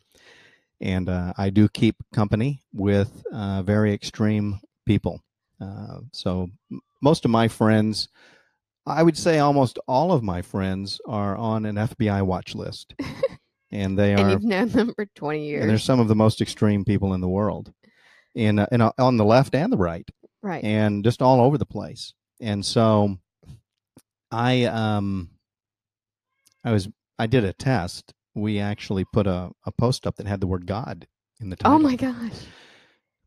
Speaker 2: and uh, I do keep company with uh, very extreme people. Uh, so m- most of my friends, I would say almost all of my friends, are on an FBI watch list, and they
Speaker 3: and
Speaker 2: are
Speaker 3: you've known them for 20
Speaker 2: and they're
Speaker 3: years
Speaker 2: some of the most extreme people in the world, and uh, and uh, on the left and the right,
Speaker 3: right
Speaker 2: and just all over the place. And so, I um, I was I did a test. We actually put a, a post up that had the word God in the title.
Speaker 3: oh my gosh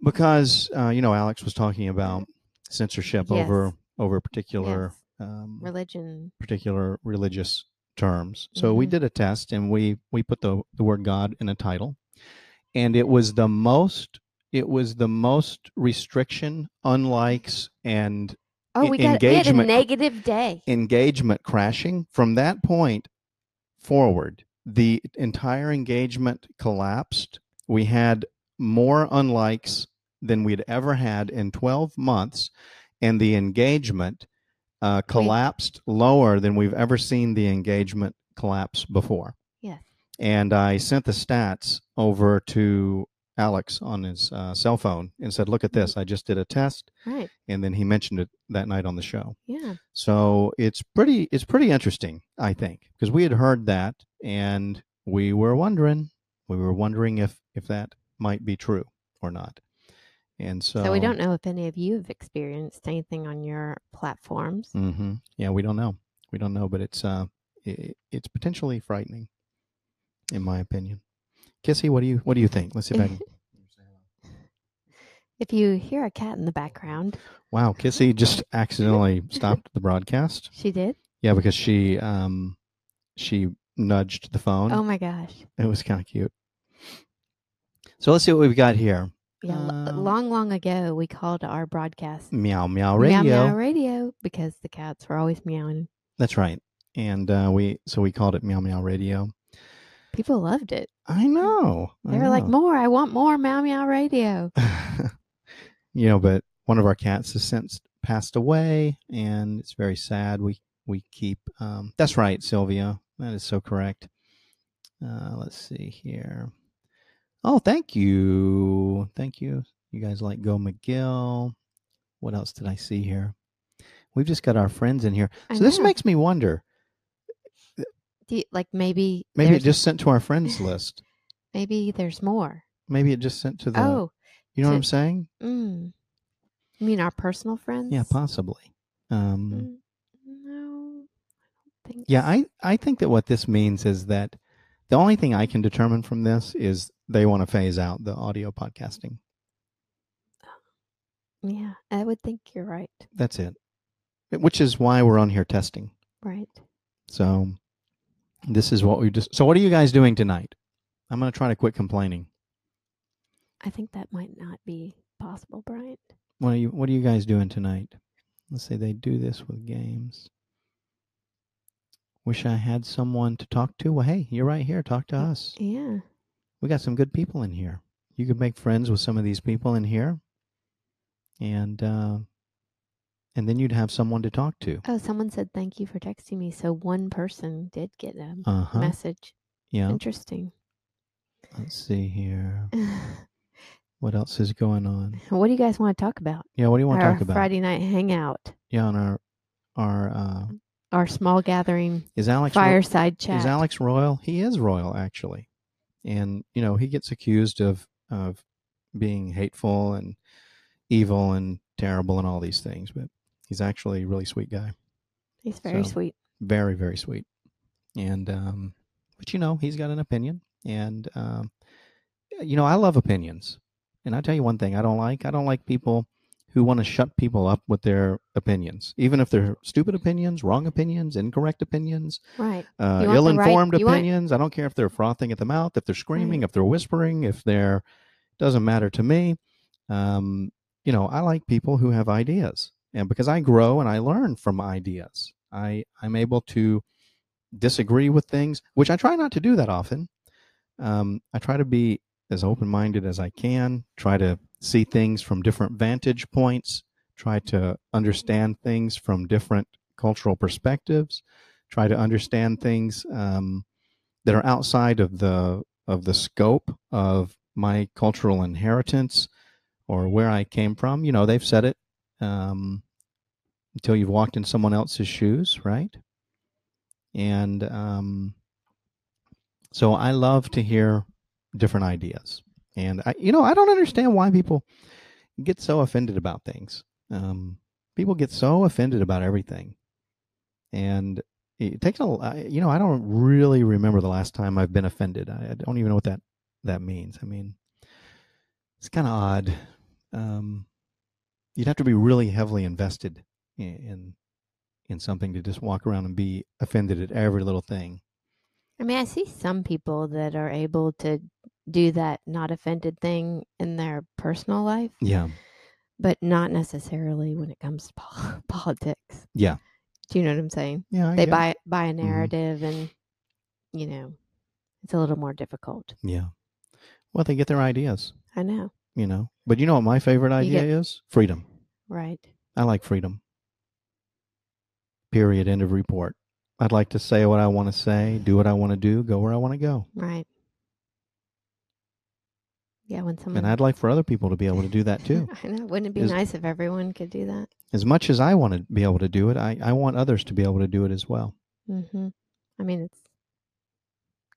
Speaker 2: Because uh, you know Alex was talking about censorship
Speaker 3: Yes.
Speaker 2: over over a particular
Speaker 3: Yes.
Speaker 2: um,
Speaker 3: religion
Speaker 2: particular religious terms. So we
Speaker 3: Mhm.
Speaker 2: did a test and we we put the the word God in a title, and it was the most it was the most restriction, unlikes, and
Speaker 3: oh
Speaker 2: E-
Speaker 3: we got we had a
Speaker 2: engagement- E
Speaker 3: negative day
Speaker 2: engagement crashing from that point forward. The entire engagement collapsed. We had more unlikes than we'd ever had in 12 months, and the engagement uh, collapsed lower than we've ever seen the engagement collapse before.
Speaker 3: Yes.
Speaker 2: And I sent the stats over to Alex on his uh, cell phone and said, "Look at this! I just did a test."
Speaker 3: Right.
Speaker 2: And then he mentioned it that night on the show.
Speaker 3: Yeah.
Speaker 2: So it's pretty it's pretty interesting, I think, because we had heard that and we were wondering we were wondering if if that might be true or not. And so,
Speaker 3: So, we don't know if any of you have experienced anything on your platforms.
Speaker 2: hmm Yeah, we don't know. We don't know, but it's uh i it's potentially frightening, in my opinion. Kissy, what do you what do you think? Let's see if I can.
Speaker 3: If you hear a cat in the background,
Speaker 2: Wow, Kissy just accidentally stopped the broadcast.
Speaker 3: she did.
Speaker 2: Yeah, because she um she nudged the phone.
Speaker 3: Oh my gosh.
Speaker 2: It was kind of cute. So let's see what we've got here.
Speaker 3: Yeah. l-
Speaker 2: Um,
Speaker 3: long, long ago, we called our broadcast
Speaker 2: Meow Meow Radio.
Speaker 3: Meow Meow Radio because the cats were always meowing.
Speaker 2: That's right. And uh, we so we called it Meow Meow Radio.
Speaker 3: People loved it.
Speaker 2: I know. I
Speaker 3: They were like,
Speaker 2: know.
Speaker 3: more. I want more Meow Meow Radio.
Speaker 2: you know, but one of our cats has since passed away, and it's very sad. We we keep. Um, that's right, Sylvia. That is so correct. Uh, let's see here. Oh, thank you, thank you. You guys like Go McGill. What else did I see here? We've just got our friends in here,
Speaker 3: I
Speaker 2: so this
Speaker 3: know.
Speaker 2: makes me wonder.
Speaker 3: Do you- like maybe
Speaker 2: Maybe it
Speaker 3: there's-
Speaker 2: just sent to our friends list.
Speaker 3: maybe there's more.
Speaker 2: Maybe it just sent to the.
Speaker 3: oh,
Speaker 2: you know what
Speaker 3: to-
Speaker 2: I'm saying?
Speaker 3: mm. you mean our personal friends?
Speaker 2: Yeah, possibly. Um,
Speaker 3: Mm, no, I don't think.
Speaker 2: Yeah,
Speaker 3: so.
Speaker 2: I, I think that what this means is that the only thing I can determine from this is they want to phase out the audio podcasting.
Speaker 3: yeah, I would think you're right.
Speaker 2: That's it. Which is why we're on here testing.
Speaker 3: Right.
Speaker 2: So this is what we just So what are you guys doing tonight? I'm going to try to quit complaining.
Speaker 3: I think that might not be possible, Brian.
Speaker 2: What are you what are you guys doing tonight? Let's say they do this with games. Wish I had someone to talk to. Well, hey, you're right here. Talk to us.
Speaker 3: Yeah.
Speaker 2: we got some good people in here. You could make friends with some of these people in here, and uh, and then you'd have someone to talk to.
Speaker 3: Oh, someone said thank you for texting me. So one person did get a
Speaker 2: Uh huh.
Speaker 3: message.
Speaker 2: Yeah.
Speaker 3: Interesting.
Speaker 2: Let's see here. What else is going on?
Speaker 3: what do you guys want to talk about?
Speaker 2: Yeah. What do you want to
Speaker 3: Our
Speaker 2: talk about?
Speaker 3: Friday night hangout,
Speaker 2: Yeah. On our our uh,
Speaker 3: our small gathering,
Speaker 2: is Alex Ro-
Speaker 3: fireside chat.
Speaker 2: is Alex royal? He is royal actually, and you know he gets accused of of being hateful and evil and terrible and all these things, but he's actually a really sweet guy.
Speaker 3: He's very
Speaker 2: so-
Speaker 3: sweet.
Speaker 2: very very sweet and um but you know he's got an opinion and um you know i love opinions and i tell you one thing i don't like i don't like people who want to shut people up with their opinions even if they're stupid opinions wrong opinions incorrect opinions
Speaker 3: Right.
Speaker 2: uh,
Speaker 3: You want the right-
Speaker 2: ill-informed
Speaker 3: you want- Mm.
Speaker 2: opinions i don't care if they're frothing at the mouth if they're screaming if they're whispering if they're doesn't matter to me um, you know i like people who have ideas and because i grow and i learn from ideas i i'm able to disagree with things which i try not to do that often um, i try to be as open-minded as i can try to see things from different vantage points try to understand things from different cultural perspectives try to understand things um, that are outside of the of the scope of my cultural inheritance or where I came from. You know, they've said it um, until you've walked in someone else's shoes, right? And um, so I love to hear different ideas, and I, you know, I don't understand why people get so offended about things. Um, people get so offended about everything, and it takes a l- I- you know i don't really remember the last time i've been offended i, I don't even know what that that means i mean it's kind of odd um you'd have to be really heavily invested in, in in something to just walk around and be offended at every little thing
Speaker 3: I mean, I see some people that are able to do that not offended thing in their personal life,
Speaker 2: yeah
Speaker 3: but not necessarily when it comes to pol- politics.
Speaker 2: Yeah.
Speaker 3: Do you know what I'm saying?
Speaker 2: yeah I
Speaker 3: they
Speaker 2: get it. Mm-hmm.
Speaker 3: buy buy a narrative, and you know, it's a little more difficult.
Speaker 2: yeah well they get their ideas
Speaker 3: I know.
Speaker 2: you know. But you know what my favorite idea
Speaker 3: get-
Speaker 2: is? Freedom.
Speaker 3: Right.
Speaker 2: I like freedom. Period. End of report. I'd like to say what I want to say, do what I want to do, go where I want to go.
Speaker 3: Right. Yeah, when someone
Speaker 2: And I'd like for other people to be able to do that too.
Speaker 3: I know. Wouldn't it be
Speaker 2: Is-
Speaker 3: nice if everyone could do that?
Speaker 2: As much as I want to be able to do it, I, I want others to be able to do it as well.
Speaker 3: Mm-hmm. I mean, it's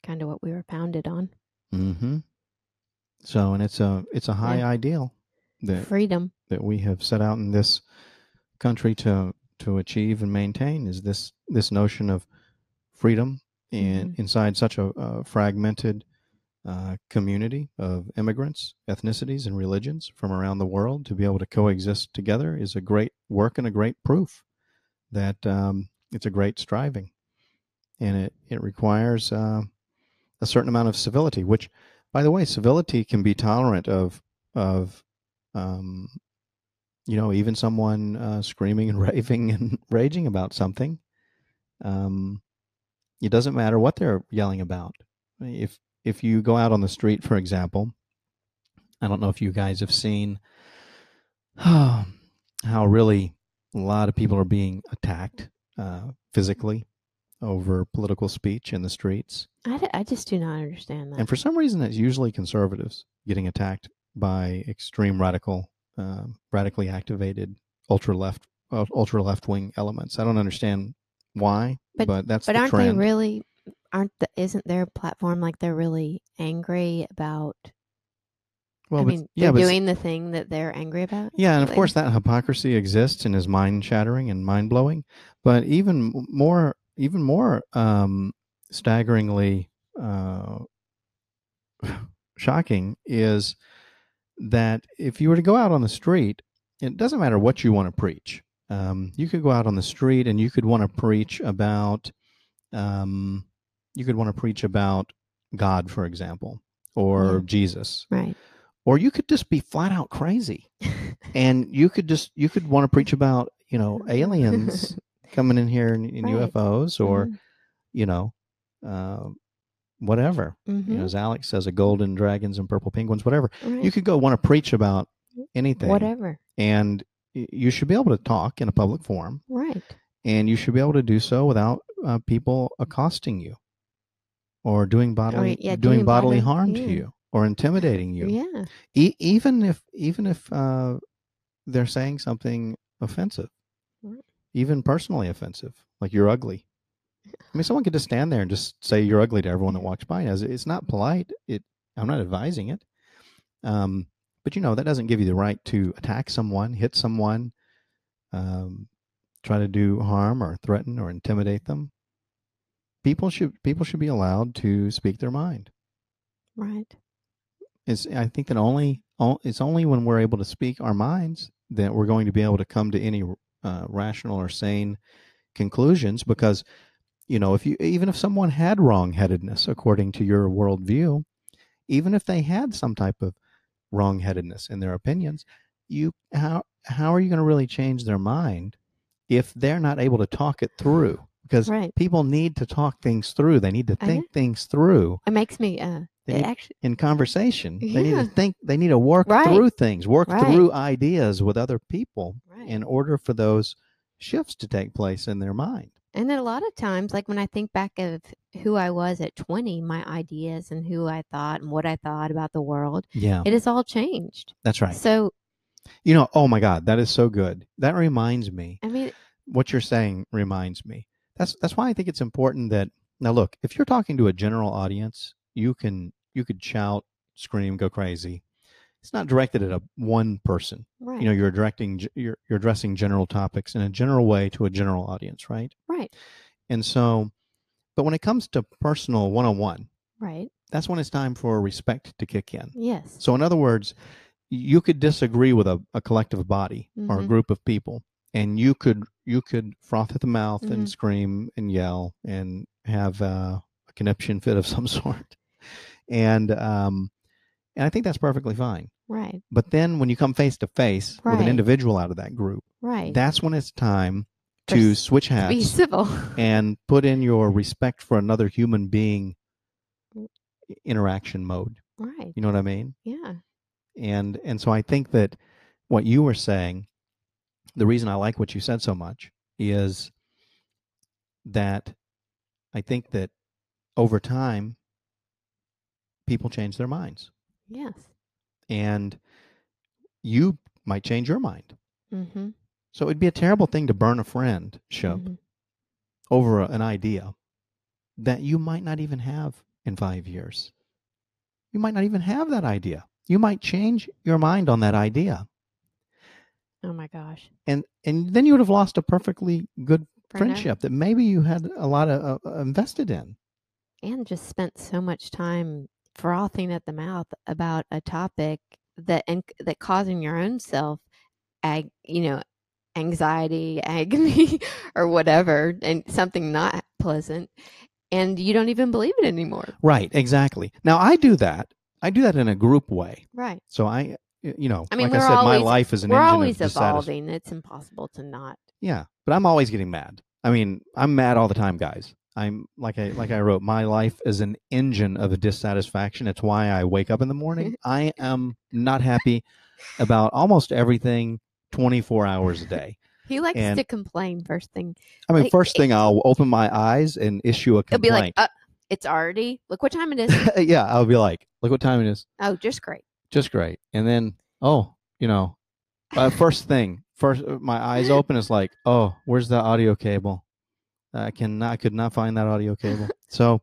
Speaker 3: kind of what we were founded on.
Speaker 2: Mm-hmm. So, and it's a it's a high
Speaker 3: Yeah.
Speaker 2: ideal that
Speaker 3: Freedom.
Speaker 2: that we have set out in this country to to achieve and maintain is this this notion of freedom in inside such a, uh fragmented uh, community of immigrants, ethnicities, and religions from around the world to be able to coexist together is a great work and a great proof that um, it's a great striving, and it it requires uh, a certain amount of civility. Which, by the way, civility can be tolerant of of um, you know, even someone uh, screaming and raving and raging about something, um, it doesn't matter what they're yelling about. If if you go out on the street, for example, I don't know if you guys have seen how really a lot of people are being attacked uh, physically over political speech in the streets,
Speaker 3: I, d- I just do not understand that.
Speaker 2: and for some reason, it's usually conservatives getting attacked by extreme radical, um, radically activated ultra left, uh, ultra left wing elements. I don't understand why, but,
Speaker 3: But-
Speaker 2: that's
Speaker 3: but
Speaker 2: the
Speaker 3: aren't
Speaker 2: trend.
Speaker 3: they really? Aren't the, isn't their platform like they're really angry about?
Speaker 2: well,
Speaker 3: I
Speaker 2: but-
Speaker 3: mean,
Speaker 2: yeah,
Speaker 3: they're
Speaker 2: but
Speaker 3: doing the thing that they're angry about.
Speaker 2: yeah, and of
Speaker 3: Like,
Speaker 2: course that hypocrisy exists and is mind shattering and mind blowing. But even m- more, even more um, staggeringly uh, shocking is that if you were to go out on the street, it doesn't matter what you want to preach. Um, you could go out on the street and you could want to preach about, um, you could want to preach about God, for example, or
Speaker 3: Yeah.
Speaker 2: Jesus,
Speaker 3: right.
Speaker 2: or you could just be flat out crazy and you could just you could want to
Speaker 3: Mm-hmm.
Speaker 2: preach about you know aliens coming in here and, and
Speaker 3: Right. Mm-hmm.
Speaker 2: UFOs or you know uh, whatever
Speaker 3: Mm-hmm.
Speaker 2: you know, as Alex says, a golden dragons and purple penguins, whatever. You could go want to preach about anything,
Speaker 3: whatever.
Speaker 2: and y- you should be able to talk in a public forum,
Speaker 3: Right.
Speaker 2: and you should be able to do so without uh, people accosting you, or doing bodily
Speaker 3: yeah,
Speaker 2: doing,
Speaker 3: doing
Speaker 2: bodily
Speaker 3: bodily-
Speaker 2: harm
Speaker 3: yeah.
Speaker 2: to you, or intimidating you.
Speaker 3: Yeah.
Speaker 2: E- even if even if uh, they're saying something offensive,
Speaker 3: Right.
Speaker 2: even personally offensive, like you're ugly. I mean, someone could just stand there and just say you're ugly to everyone that walks by. As it's not polite. It I'm not advising it. Um, but you know that doesn't give you the right to attack someone, hit someone, um, try to do harm or threaten or intimidate them. People should people should be allowed to speak their mind.
Speaker 3: Right.
Speaker 2: It's, I think that only o- it's only when we're able to speak our minds that we're going to be able to come to any uh, rational or sane conclusions. Because you know, if you even if someone had wrongheadedness according to your worldview, even if they had some type of wrongheadedness in their opinions, you how how are you going to really change their mind if they're not able to talk it through? Because
Speaker 3: Right.
Speaker 2: people need to talk things through. They need to
Speaker 3: I know.
Speaker 2: think things through.
Speaker 3: It makes me. Uh.
Speaker 2: They
Speaker 3: It
Speaker 2: need
Speaker 3: actually.
Speaker 2: in conversation. They need
Speaker 3: Yeah.
Speaker 2: to think. They need to work
Speaker 3: Right.
Speaker 2: through things, work
Speaker 3: Right.
Speaker 2: through ideas with other people
Speaker 3: Right.
Speaker 2: in order for those shifts to take place in their mind.
Speaker 3: And then a lot of times, like when I think back of who I was at 20, my ideas and who I thought and what I thought about the world,
Speaker 2: Yeah,
Speaker 3: it has all changed.
Speaker 2: that's Uh-huh. right.
Speaker 3: So,
Speaker 2: You know, oh my God, that is so good. That reminds me.
Speaker 3: I mean,
Speaker 2: What you're saying reminds me. That's that's why I think it's important that now look, if you're talking to a general audience, you can you could shout, scream, go crazy. It's not directed at a one person.
Speaker 3: right.
Speaker 2: You know, you're directing g- you're, you're addressing general topics in a general way to a general audience, right?
Speaker 3: right.
Speaker 2: And so, but when it comes to personal one on one,
Speaker 3: Right.
Speaker 2: that's when it's time for respect to kick in.
Speaker 3: Yes.
Speaker 2: So, in other words, you could disagree with a, a collective body or a
Speaker 3: Mhm.
Speaker 2: group of people, and you could you could froth at the mouth and
Speaker 3: Mhm.
Speaker 2: scream and yell and have uh, a conniption fit of some sort, and um, and I think that's perfectly fine.
Speaker 3: right.
Speaker 2: But then when you come face to face with an
Speaker 3: Right.
Speaker 2: individual out of that group,
Speaker 3: Right.
Speaker 2: that's when it's time
Speaker 3: For
Speaker 2: to
Speaker 3: s-
Speaker 2: switch
Speaker 3: To
Speaker 2: hats
Speaker 3: be civil.
Speaker 2: and put in your respect for another human being interaction mode.
Speaker 3: right.
Speaker 2: You know what I mean?
Speaker 3: Yeah.
Speaker 2: and and so i think that what you were saying the reason i like what you said so much is that i think that over time people change their minds
Speaker 3: Yes.
Speaker 2: and you might change your mind
Speaker 3: Mm-hmm.
Speaker 2: so it'd be a terrible thing to burn a friend ship
Speaker 3: Mhm.
Speaker 2: over a- an idea that you might not even have in five years. You might not even have that idea. You might change your mind on that idea.
Speaker 3: Oh my gosh.
Speaker 2: And, and then you would have lost a perfectly good
Speaker 3: Bruno,
Speaker 2: friendship that maybe you had a lot of uh, invested in.
Speaker 3: And just spent so much time frothing at the mouth about a topic that and that causing your own self, ag, you know, anxiety, agony, or whatever, and something not pleasant, and you don't even believe it anymore.
Speaker 2: Right, exactly. Now, I do that. I do that in a group way.
Speaker 3: Right.
Speaker 2: So I, you know,
Speaker 3: I mean,
Speaker 2: like I
Speaker 3: we're
Speaker 2: said, my
Speaker 3: always-
Speaker 2: life is an
Speaker 3: We're
Speaker 2: engine
Speaker 3: always
Speaker 2: of dissatisfaction.
Speaker 3: evolving. It's impossible to not.
Speaker 2: Yeah, but I'm always getting mad. I mean, I'm mad all the time, guys. I'm like I like I wrote, my life is an engine of dissatisfaction. It's why I wake up in the morning. I am not happy about almost everything 24 hours a day.
Speaker 3: He likes
Speaker 2: And-
Speaker 3: to complain first thing.
Speaker 2: I mean,
Speaker 3: Like,
Speaker 2: first thing I'll open my eyes and issue a
Speaker 3: He'll be like,
Speaker 2: complaint.
Speaker 3: uh, "It's already. Look what time it is.
Speaker 2: yeah, I'll be like, look what time it is.
Speaker 3: oh, just great."
Speaker 2: Just great. And then, oh, you know, uh, first thing, first uh, my eyes open is like, oh, where's that audio cable? I can I could not find that audio cable. So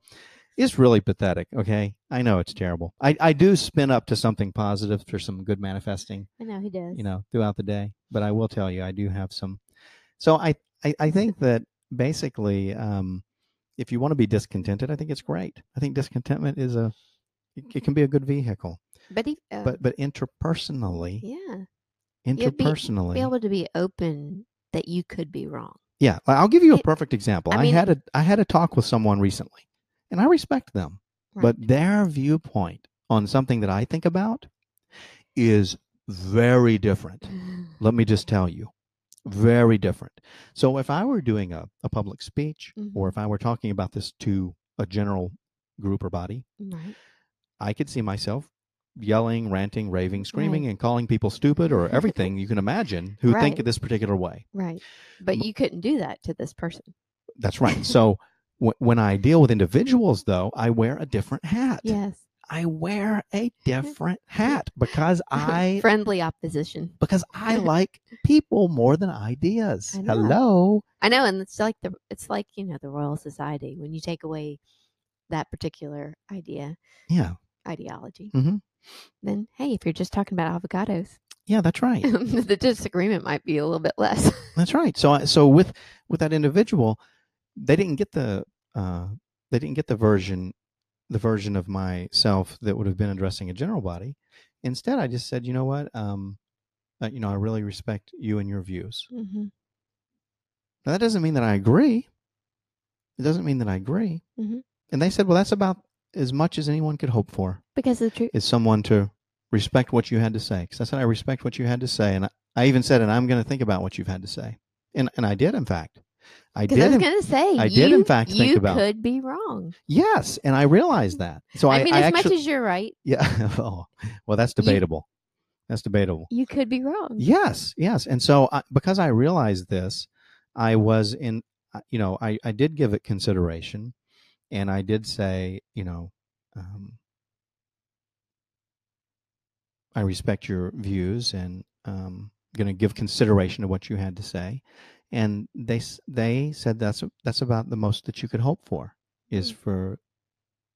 Speaker 2: it's really pathetic. Okay, I know it's terrible. I I do spin up to something positive for some good manifesting,
Speaker 3: I know he does.
Speaker 2: you know, throughout the day. But I will tell you, I do have some. So I I, I think that basically, um, if you want to be discontented, I think it's great. I think discontentment is a it, it can be a good vehicle,
Speaker 3: but he, uh,
Speaker 2: but but interpersonally,
Speaker 3: yeah, you'd be-
Speaker 2: interpersonally,
Speaker 3: be able to be open that you could be wrong.
Speaker 2: Yeah, like, I'll give you a
Speaker 3: It-
Speaker 2: perfect example.
Speaker 3: I
Speaker 2: I,
Speaker 3: mean-
Speaker 2: had a I had a talk with someone recently, and I respect them,
Speaker 3: Right.
Speaker 2: but their viewpoint on something that I think about is very different.
Speaker 3: Mm.
Speaker 2: Let me just tell you, very different. So if I were doing a, a public speech, or
Speaker 3: Mm-hmm.
Speaker 2: if I were talking about this to a general group or body,
Speaker 3: right.
Speaker 2: I could see myself yelling, ranting,
Speaker 3: Mm-hmm.
Speaker 2: raving, screaming, and calling people stupid or everything you can imagine who think
Speaker 3: Right.
Speaker 2: this particular way.
Speaker 3: Right. But you couldn't do that to this person.
Speaker 2: That's right. So w- when I deal with individuals, though, I wear a different hat.
Speaker 3: Yes.
Speaker 2: I wear a different hat because I
Speaker 3: Friendly opposition.
Speaker 2: because I like people more than ideas.
Speaker 3: I know.
Speaker 2: Hello.
Speaker 3: I know, and it's like the it's like you know the Royal Society when you take away that particular idea
Speaker 2: Yeah.
Speaker 3: ideology.
Speaker 2: Mhm.
Speaker 3: Then hey, if you're just talking about avocados,
Speaker 2: Yeah, that's right.
Speaker 3: the disagreement might be a little bit less.
Speaker 2: That's right. So I- so with with that individual, they didn't get the uh, they didn't get the version the version of myself that would have been addressing a general body. Instead, I just said, you know what, um, uh, you know, I really respect you and your views.
Speaker 3: mm-hmm.
Speaker 2: Now, that doesn't mean that I agree. It doesn't mean that I agree.
Speaker 3: Mhm.
Speaker 2: And they said, well, that's about as much as anyone could hope for
Speaker 3: Because the truth,
Speaker 2: is someone to respect what you had to say. Because I said, I respect what you had to say. And I, I even said, and I'm going to think about what you've had to say. And, and I did, in fact. I did.
Speaker 3: because I was
Speaker 2: in-
Speaker 3: going to say,
Speaker 2: I did, in
Speaker 3: you-
Speaker 2: fact, think
Speaker 3: you
Speaker 2: about-
Speaker 3: could be wrong.
Speaker 2: yes. And I realized that. So I,
Speaker 3: I mean, as
Speaker 2: actually,
Speaker 3: much as you're right,
Speaker 2: yeah. oh, well, that's debatable. that's debatable.
Speaker 3: you could be wrong.
Speaker 2: Yes, yes. And so I, because I realized this, I was in, I- you know, I, I did give it consideration and I did say, you know, um, I respect your views and um, going to give consideration to what you had to say. And they s- they said that's that's about the most that you could hope for is
Speaker 3: Mm.
Speaker 2: for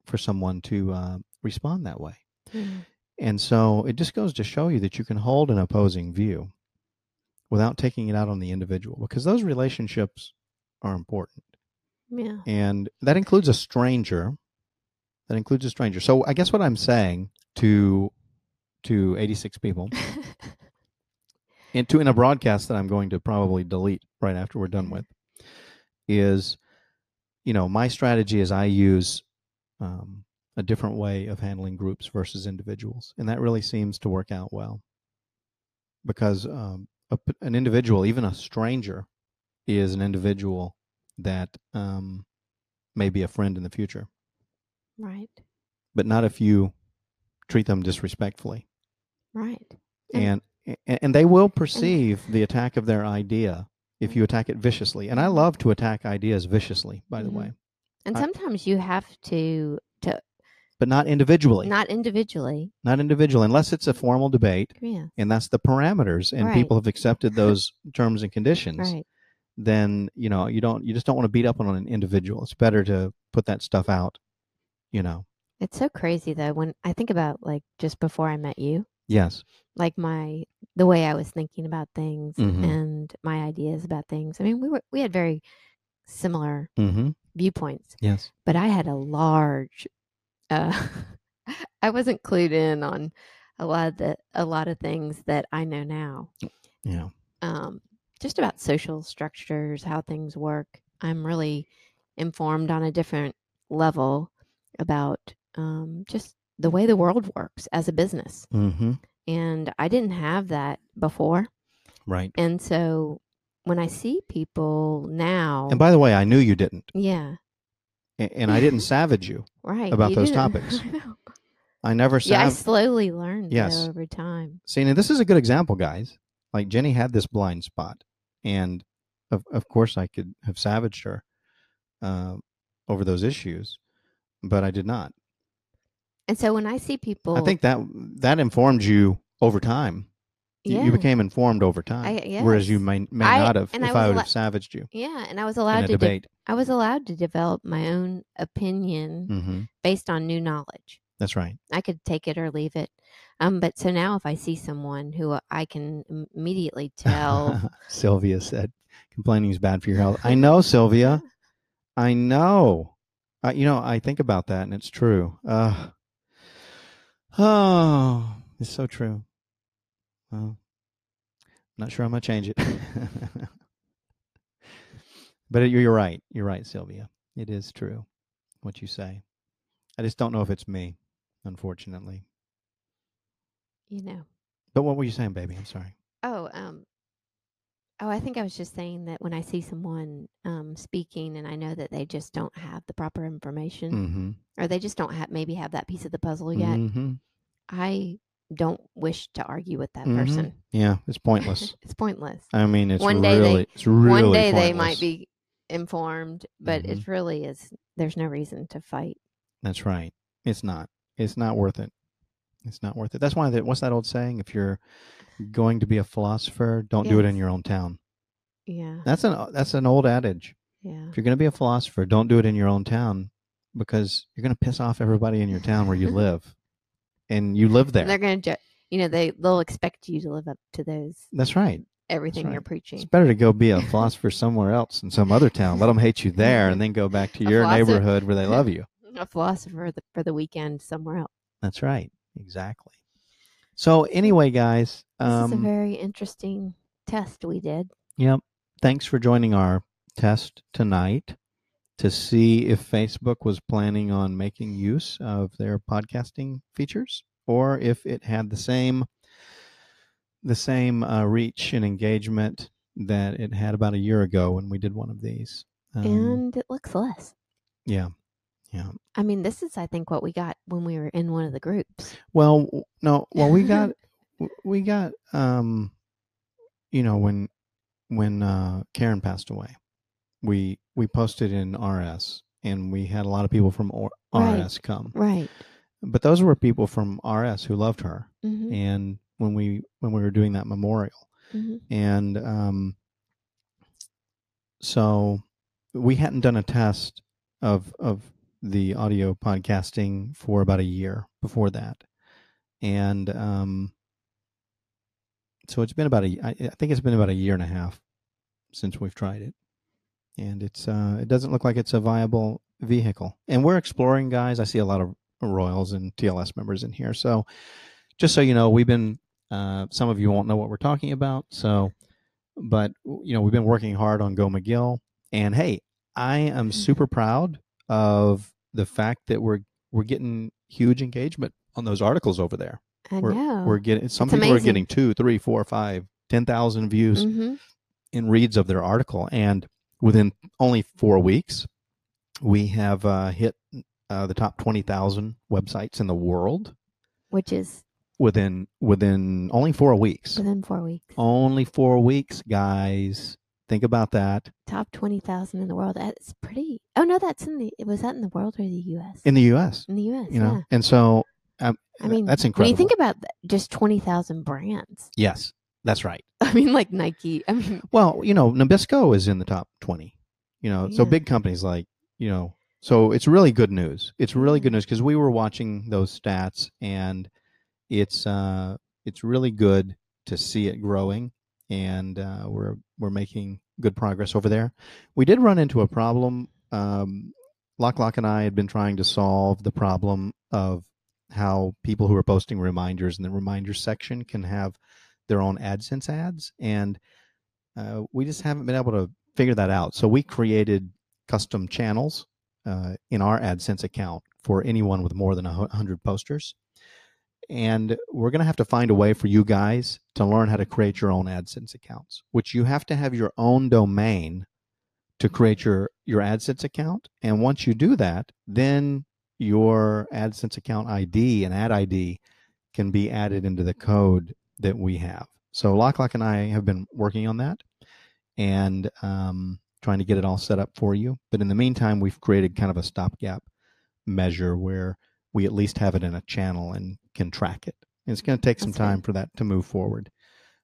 Speaker 2: for someone to uh, respond that way.
Speaker 3: Yeah.
Speaker 2: And so it just goes to show you that you can hold an opposing view without taking it out on the individual because those relationships are important.
Speaker 3: Yeah.
Speaker 2: And that includes a stranger. That includes a stranger. So I guess what I'm saying to to 86 people and to in a broadcast that I'm going to probably delete right after we're done with is you know, my strategy is I use um, a different way of handling groups versus individuals, and that really seems to work out well because um, a p an individual, even a stranger, is an individual that um, may be a friend in the future,
Speaker 3: right.
Speaker 2: but not if you treat them disrespectfully.
Speaker 3: Right.
Speaker 2: and and, and they will perceive the attack of their idea if you attack it viciously. And I love to attack ideas viciously, by the
Speaker 3: Mhm.
Speaker 2: way,
Speaker 3: And
Speaker 2: I-
Speaker 3: sometimes you have to to
Speaker 2: but not individually.
Speaker 3: not individually.
Speaker 2: not individual, unless it's a formal debate
Speaker 3: Yeah.
Speaker 2: and that's the parameters, and
Speaker 3: Right.
Speaker 2: people have accepted those terms and conditions.
Speaker 3: Right.
Speaker 2: Then you know you don't you just don't want to beat up on an individual. It's better to put that stuff out. You know.
Speaker 3: It's so crazy though when I think about like just before I met you,
Speaker 2: Yes.
Speaker 3: like my the way I was thinking about things
Speaker 2: Mhm.
Speaker 3: and my ideas about things. I mean, we were we had very similar
Speaker 2: Mm-hmm.
Speaker 3: viewpoints,
Speaker 2: Yes.
Speaker 3: but I had a large uh I wasn't clued in on a lot of the a lot of things that I know now.
Speaker 2: Yeah.
Speaker 3: um, just about social structures, how things work. I'm really informed on a different level about um, just the way the world works as a business.
Speaker 2: Mm-hmm.
Speaker 3: And I didn't have that before.
Speaker 2: Right.
Speaker 3: And so when I see people now,
Speaker 2: And by the way, I knew you didn't,
Speaker 3: yeah,
Speaker 2: a- and I didn't savage you.
Speaker 3: right.
Speaker 2: about
Speaker 3: you
Speaker 2: those
Speaker 3: didn't-
Speaker 2: topics.
Speaker 3: I know.
Speaker 2: I never
Speaker 3: yeah, I
Speaker 2: savaged.
Speaker 3: slowly learned though,
Speaker 2: Yes.
Speaker 3: over time.
Speaker 2: See, now this is a good example, guys. Like Jenny had this blind spot, and of of course I could have savaged her uh, over those issues, but I did not.
Speaker 3: And so when I see people,
Speaker 2: I think that that informed you over time. You-
Speaker 3: yeah,
Speaker 2: You became informed over time,
Speaker 3: I-
Speaker 2: whereas you
Speaker 3: yes.
Speaker 2: may may
Speaker 3: I-
Speaker 2: not have
Speaker 3: and I
Speaker 2: if I,
Speaker 3: was
Speaker 2: would
Speaker 3: li-
Speaker 2: have savaged you
Speaker 3: yeah, and I was
Speaker 2: in
Speaker 3: allowed
Speaker 2: a
Speaker 3: to de-
Speaker 2: debate.
Speaker 3: I was allowed to develop my own opinion
Speaker 2: hmm
Speaker 3: based on new knowledge.
Speaker 2: That's right.
Speaker 3: I could take it or leave it. Um, but so now if I see someone who I can im- immediately tell,
Speaker 2: Sylvia said, "Complaining is bad for your health." I know, Sylvia. I know. I, you know, I think about that, and it's true. Uh, oh, it's so true. Well, not sure I'm gonna change it, but you're, you're right. You're right, Sylvia. It is true what you say. I just don't know if it's me, unfortunately.
Speaker 3: you know,
Speaker 2: But what were you saying, baby? I'm sorry.
Speaker 3: oh, um, oh, I think I was just saying that when I see someone um, speaking and I know that they just don't have the proper information
Speaker 2: Mm-hmm.
Speaker 3: or they just don't have maybe have that piece of the puzzle yet,
Speaker 2: Mm-hmm.
Speaker 3: I don't wish to argue with that
Speaker 2: Mhm.
Speaker 3: person.
Speaker 2: Yeah, it's pointless.
Speaker 3: it's pointless.
Speaker 2: I mean, it's
Speaker 3: One day they-
Speaker 2: really, it's really
Speaker 3: One day they
Speaker 2: pointless. Mm-hmm.
Speaker 3: might be informed, but it really is. There's no reason to fight.
Speaker 2: That's right. It's not. It's not worth it. It's not worth it. That's why. That, what's that old saying? If you're going to be a philosopher, don't do it in
Speaker 3: Yes.
Speaker 2: your own town.
Speaker 3: Yeah,
Speaker 2: That's an that's an old adage.
Speaker 3: yeah.
Speaker 2: If you're going to be a philosopher, don't do it in your own town because you're going to piss off everybody in your town where you live, and you live
Speaker 3: And they're
Speaker 2: there.
Speaker 3: going to, ju- you know, they they'll expect you to live up to those
Speaker 2: That's right.
Speaker 3: everything you're
Speaker 2: right. It's
Speaker 3: preaching.
Speaker 2: better to go be a philosopher somewhere else in some other town. Let them hate you there, and then go back to
Speaker 3: A
Speaker 2: your
Speaker 3: philosopher-
Speaker 2: neighborhood where they love you.
Speaker 3: A philosopher th- for the weekend somewhere else.
Speaker 2: That's right. Exactly. So anyway, guys.
Speaker 3: This
Speaker 2: Um,
Speaker 3: is a very interesting test we did.
Speaker 2: Yep. Thanks for joining our test tonight to see if Facebook was planning on making use of their podcasting features or if it had the same the same uh, reach and engagement that it had about a year ago when we did one of these. Um,
Speaker 3: and it looks less.
Speaker 2: yeah. Yeah.
Speaker 3: I mean, this is, I think, what we got when we were in one of the groups.
Speaker 2: Well, w- no, well we got w- we got um you know when when uh Karen passed away we we posted in RS and we had a lot of people from or-
Speaker 3: Right.
Speaker 2: RS come
Speaker 3: Right.
Speaker 2: but those were people from RS who loved her
Speaker 3: Mm-hmm.
Speaker 2: and when we when we were doing that memorial
Speaker 3: hmm
Speaker 2: and um so we hadn't done a test of of the audio podcasting for about a year before that and um so it's been about a I, I think it's been about a year and a half since we've tried it and it's uh it doesn't look like it's a viable vehicle and we're exploring guys i see a lot of royals and tls members in here so just so you know we've been uh some of you won't know what we're talking about so but you know we've been working hard on go mcgill and hey i
Speaker 3: Mm-hmm.
Speaker 2: am super proud of the fact that we're we're getting huge engagement on those articles over there
Speaker 3: I
Speaker 2: we're,
Speaker 3: know.
Speaker 2: we're getting some
Speaker 3: Oh, It's
Speaker 2: people are
Speaker 3: amazing.
Speaker 2: getting two three four five ten thousand views
Speaker 3: Mhm.
Speaker 2: in reads of their article and within only four weeks we have uh, hit uh, the top 20000 websites in the world
Speaker 3: Which is
Speaker 2: within within only four weeks.
Speaker 3: within four weeks.
Speaker 2: Only four weeks, guys. Think about that.
Speaker 3: Top twenty thousand in the world. That's pretty. Oh no, that's in the. Was that in the world or the U.S.?
Speaker 2: In the U.S.,
Speaker 3: in the U.S.
Speaker 2: you know,
Speaker 3: yeah.
Speaker 2: and so um,
Speaker 3: I mean,
Speaker 2: that's
Speaker 3: When
Speaker 2: incredible.
Speaker 3: you think about th- just twenty thousand brands,
Speaker 2: yes, that's right.
Speaker 3: I mean, like Nike. I mean,
Speaker 2: Well, you know, Nabisco is in the top 20. You know, so
Speaker 3: Yeah.
Speaker 2: big companies like, you know, so it's really good news. It's really
Speaker 3: Mhm.
Speaker 2: good news because we were watching those stats and it's uh it's really good to see it growing and uh we're we're making good progress over there. We did run into a problem um Lock Lock and I had been trying to solve the problem of how people who are posting reminders in the reminders section can have their own AdSense ads and uh, we just haven't been able to figure that out. So we created custom channels uh, in our AdSense account for anyone with more than a 100 posters. And we're going to have to find a way for you guys to learn how to create your own AdSense accounts, which you have to have your own domain to create your, your AdSense account. And once you do that, then your AdSense account ID and ad ID can be added into the code that we have. So Lock Lock and I have been working on that and um, trying to get it all set up for you. But in the meantime, we've created kind of a stopgap measure where we at least have it in a channel and can track it. And it's going to take some
Speaker 3: That's good.
Speaker 2: time for that to move forward.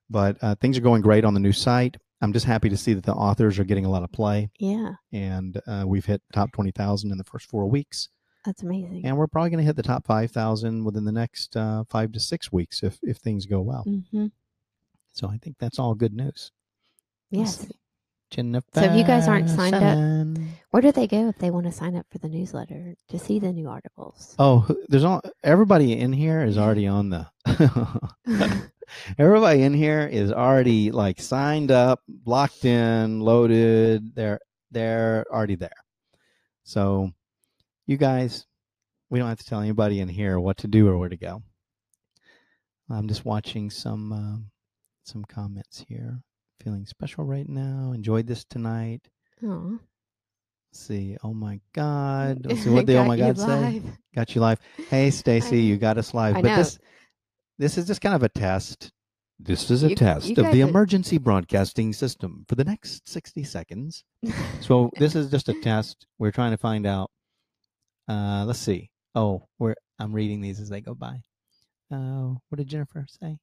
Speaker 2: But uh, things are going great on the new site. I'm just happy to see that the authors are getting a lot of play,
Speaker 3: yeah,
Speaker 2: and uh, we've hit top 20,000 in the first four weeks
Speaker 3: that's amazing.
Speaker 2: and we're probably going to hit the top 5000 within the next uh, five to six weeks if, if things go well
Speaker 3: hmm
Speaker 2: so i think that's all good news
Speaker 3: Yes.
Speaker 2: Jennifer
Speaker 3: So if you guys aren't signed up-
Speaker 2: Sun.
Speaker 3: Where do they go if they want to sign up for the newsletter to see the new articles?
Speaker 2: oh who- there's all everybody in here is already on the everybody in here is already like signed up locked in loaded they're they're already there so you guys we don't have to tell anybody in here what to do or where to go i'm just watching some um, some comments here feeling special right now enjoyed this tonight
Speaker 3: Aw.
Speaker 2: Let's see oh my god let's see what the oh
Speaker 3: Got
Speaker 2: my
Speaker 3: you
Speaker 2: god say
Speaker 3: live.
Speaker 2: got you live Hey, Stacy, you got us live.
Speaker 3: I
Speaker 2: but
Speaker 3: know.
Speaker 2: this this is just kind of a test. This is a
Speaker 3: You-
Speaker 2: test
Speaker 3: you
Speaker 2: of
Speaker 3: guys
Speaker 2: the
Speaker 3: are-
Speaker 2: emergency broadcasting system for the next 60 seconds. So this is just a test. We're trying to find out. Uh, let's see. Oh, we're I'm reading these as they go by. Uh, what did Jennifer say?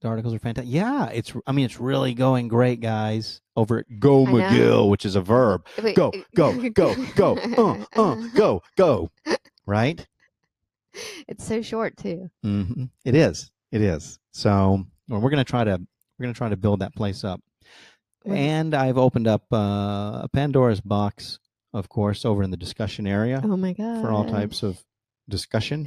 Speaker 2: The articles are fantastic. Yeah, it's I mean it's really going great, guys. Over at Go
Speaker 3: I know.
Speaker 2: McGill, which is a verb.
Speaker 3: Wait,
Speaker 2: Go,
Speaker 3: it-
Speaker 2: go, go, go, uh, uh, go, go. Right?
Speaker 3: It's so short too.
Speaker 2: Mm-hmm. It is. It is. So well, we're going to try to we're going to try to build that place up.
Speaker 3: Right.
Speaker 2: And I've opened up uh, a Pandora's box, of course, over in the discussion area
Speaker 3: Oh my god.
Speaker 2: for all types of discussion,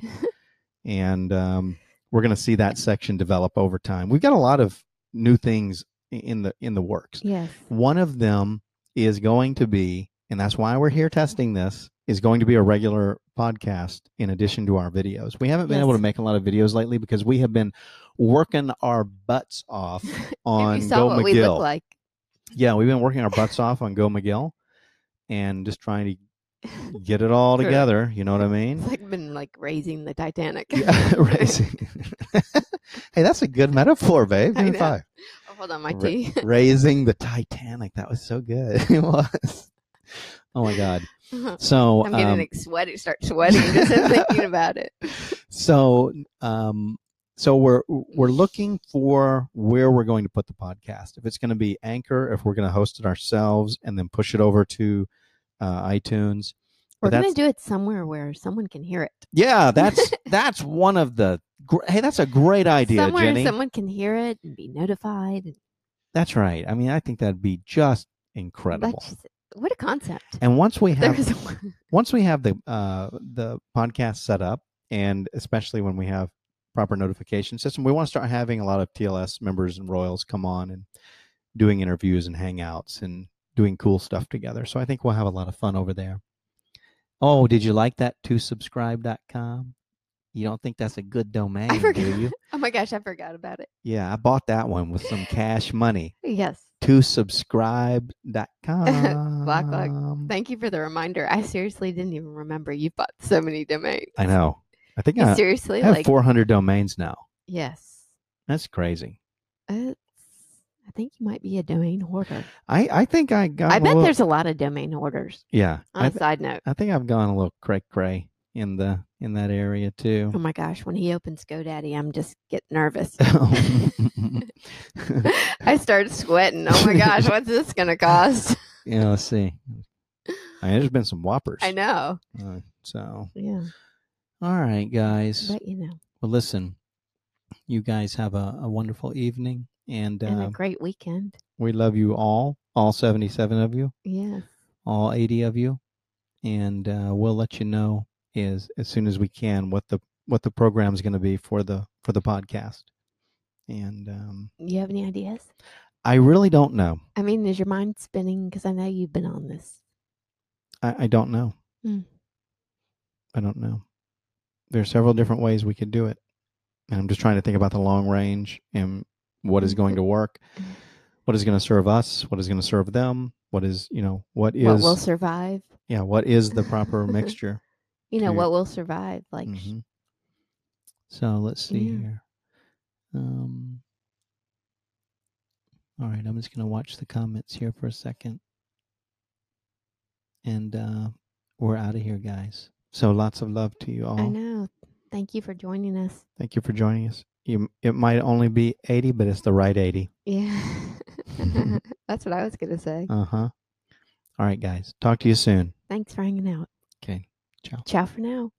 Speaker 2: and um, we're going to see that section develop over time. We've got a lot of new things i- in the in the works.
Speaker 3: Yes.
Speaker 2: One of them is going to be, and that's why we're
Speaker 3: Mm-hmm.
Speaker 2: here testing this, is going to be a regular podcast in addition to our videos. We haven't been
Speaker 3: Yes.
Speaker 2: able to make a lot of videos lately because we have been working our butts off on
Speaker 3: if you saw
Speaker 2: Go
Speaker 3: what
Speaker 2: McGill.
Speaker 3: we look like.
Speaker 2: Yeah, we've been working our butts off on Go McGill and just trying to get it all
Speaker 3: Correct.
Speaker 2: together. You know what I mean?
Speaker 3: It's like been like raising the Titanic.
Speaker 2: Yeah, raising. hey, that's a good metaphor, babe.
Speaker 3: I
Speaker 2: Give me
Speaker 3: know.
Speaker 2: five.
Speaker 3: Oh, hold on, my
Speaker 2: Ra-
Speaker 3: tea.
Speaker 2: raising the Titanic. That was so good. it was. Oh my god. So
Speaker 3: I'm getting
Speaker 2: um,
Speaker 3: ex- sweaty. Start sweating just in thinking about it.
Speaker 2: so um so we're we're looking for where we're going to put the podcast. If it's going to be Anchor, if we're going to host it ourselves and then push it over to uh, iTunes. But
Speaker 3: We're gonna
Speaker 2: that's-
Speaker 3: do it somewhere where someone can hear it.
Speaker 2: Yeah, that's that's one of the. gr- Hey, that's a great idea,
Speaker 3: somewhere
Speaker 2: Jenny.
Speaker 3: someone can hear it and be notified. and-
Speaker 2: That's right. I mean, I think that'd be just incredible.
Speaker 3: That's just- what a concept.
Speaker 2: and once we have
Speaker 3: There's a-
Speaker 2: once we have the uh, the podcast set up, and especially when we have proper notification system, we want to start having a lot of TLS members and Royals come on and doing interviews and hangouts and doing cool stuff together. So I think we'll have a lot of fun over there. Oh, did you like that to subscribe.com? You don't think that's a good domain,
Speaker 3: I
Speaker 2: do you?
Speaker 3: forgot. Oh my gosh, I forgot about it.
Speaker 2: Yeah, I bought that one with some cash money.
Speaker 3: Yes.
Speaker 2: To subscribe.com.
Speaker 3: Lock, Thank you for the reminder. I seriously didn't even remember you bought so many domains.
Speaker 2: I know. I think
Speaker 3: You
Speaker 2: I,
Speaker 3: seriously
Speaker 2: I have
Speaker 3: like
Speaker 2: 400 domains now.
Speaker 3: Yes.
Speaker 2: That's crazy.
Speaker 3: It's, I think you might be a domain hoarder.
Speaker 2: I, I think I got.
Speaker 3: I bet
Speaker 2: little-
Speaker 3: there's a lot of domain hoarders.
Speaker 2: Yeah, Uh,
Speaker 3: On
Speaker 2: I,
Speaker 3: a
Speaker 2: th-
Speaker 3: side note,
Speaker 2: I think I've gone a little cray cray in the in that area
Speaker 3: oh
Speaker 2: too.
Speaker 3: my gosh, when he opens GoDaddy, I'm just get nervous.
Speaker 2: Um,
Speaker 3: I started sweating. Oh my gosh, what's this going to cost?
Speaker 2: yeah, let's see. I mean, there's been some whoppers.
Speaker 3: I know.
Speaker 2: Uh, so,
Speaker 3: Yeah,
Speaker 2: all right, guys.
Speaker 3: but you know,
Speaker 2: Well, listen, you guys have a, a wonderful evening, and,
Speaker 3: and
Speaker 2: uh,
Speaker 3: a great weekend.
Speaker 2: we love you all, all 77 of you,
Speaker 3: Yeah.
Speaker 2: all 80 of you, and uh, we'll let you know is as soon as we can what the what the program's going to be for the for the podcast. And um,
Speaker 3: You have any ideas?
Speaker 2: I really don't know.
Speaker 3: I mean, is your mind spinning? Because I know you've been on this.
Speaker 2: I, I don't know.
Speaker 3: Hmm.
Speaker 2: I don't know. There are several different ways we could do it. And I'm just trying to think about the long range and what is going to work, what is going to serve us, what is going to serve them, what is, you know, what is,
Speaker 3: what will survive?
Speaker 2: yeah, what is the proper mixture?
Speaker 3: You know,
Speaker 2: Yeah.
Speaker 3: what will survive? Like, sh-
Speaker 2: Mhm. So let's see
Speaker 3: Yeah.
Speaker 2: here. Um, all right, I'm just going to watch the comments here for a second. And uh, we're out of here, guys. So lots of love to you all.
Speaker 3: I know. Thank you for joining us.
Speaker 2: Thank you for joining us. You, it might only be 80, but it's the right 80.
Speaker 3: Yeah. That's what I was going to say.
Speaker 2: Uh huh. All right, guys. Talk to you soon.
Speaker 3: Thanks for hanging out.
Speaker 2: Okay. Ciao.
Speaker 3: Ciao for now.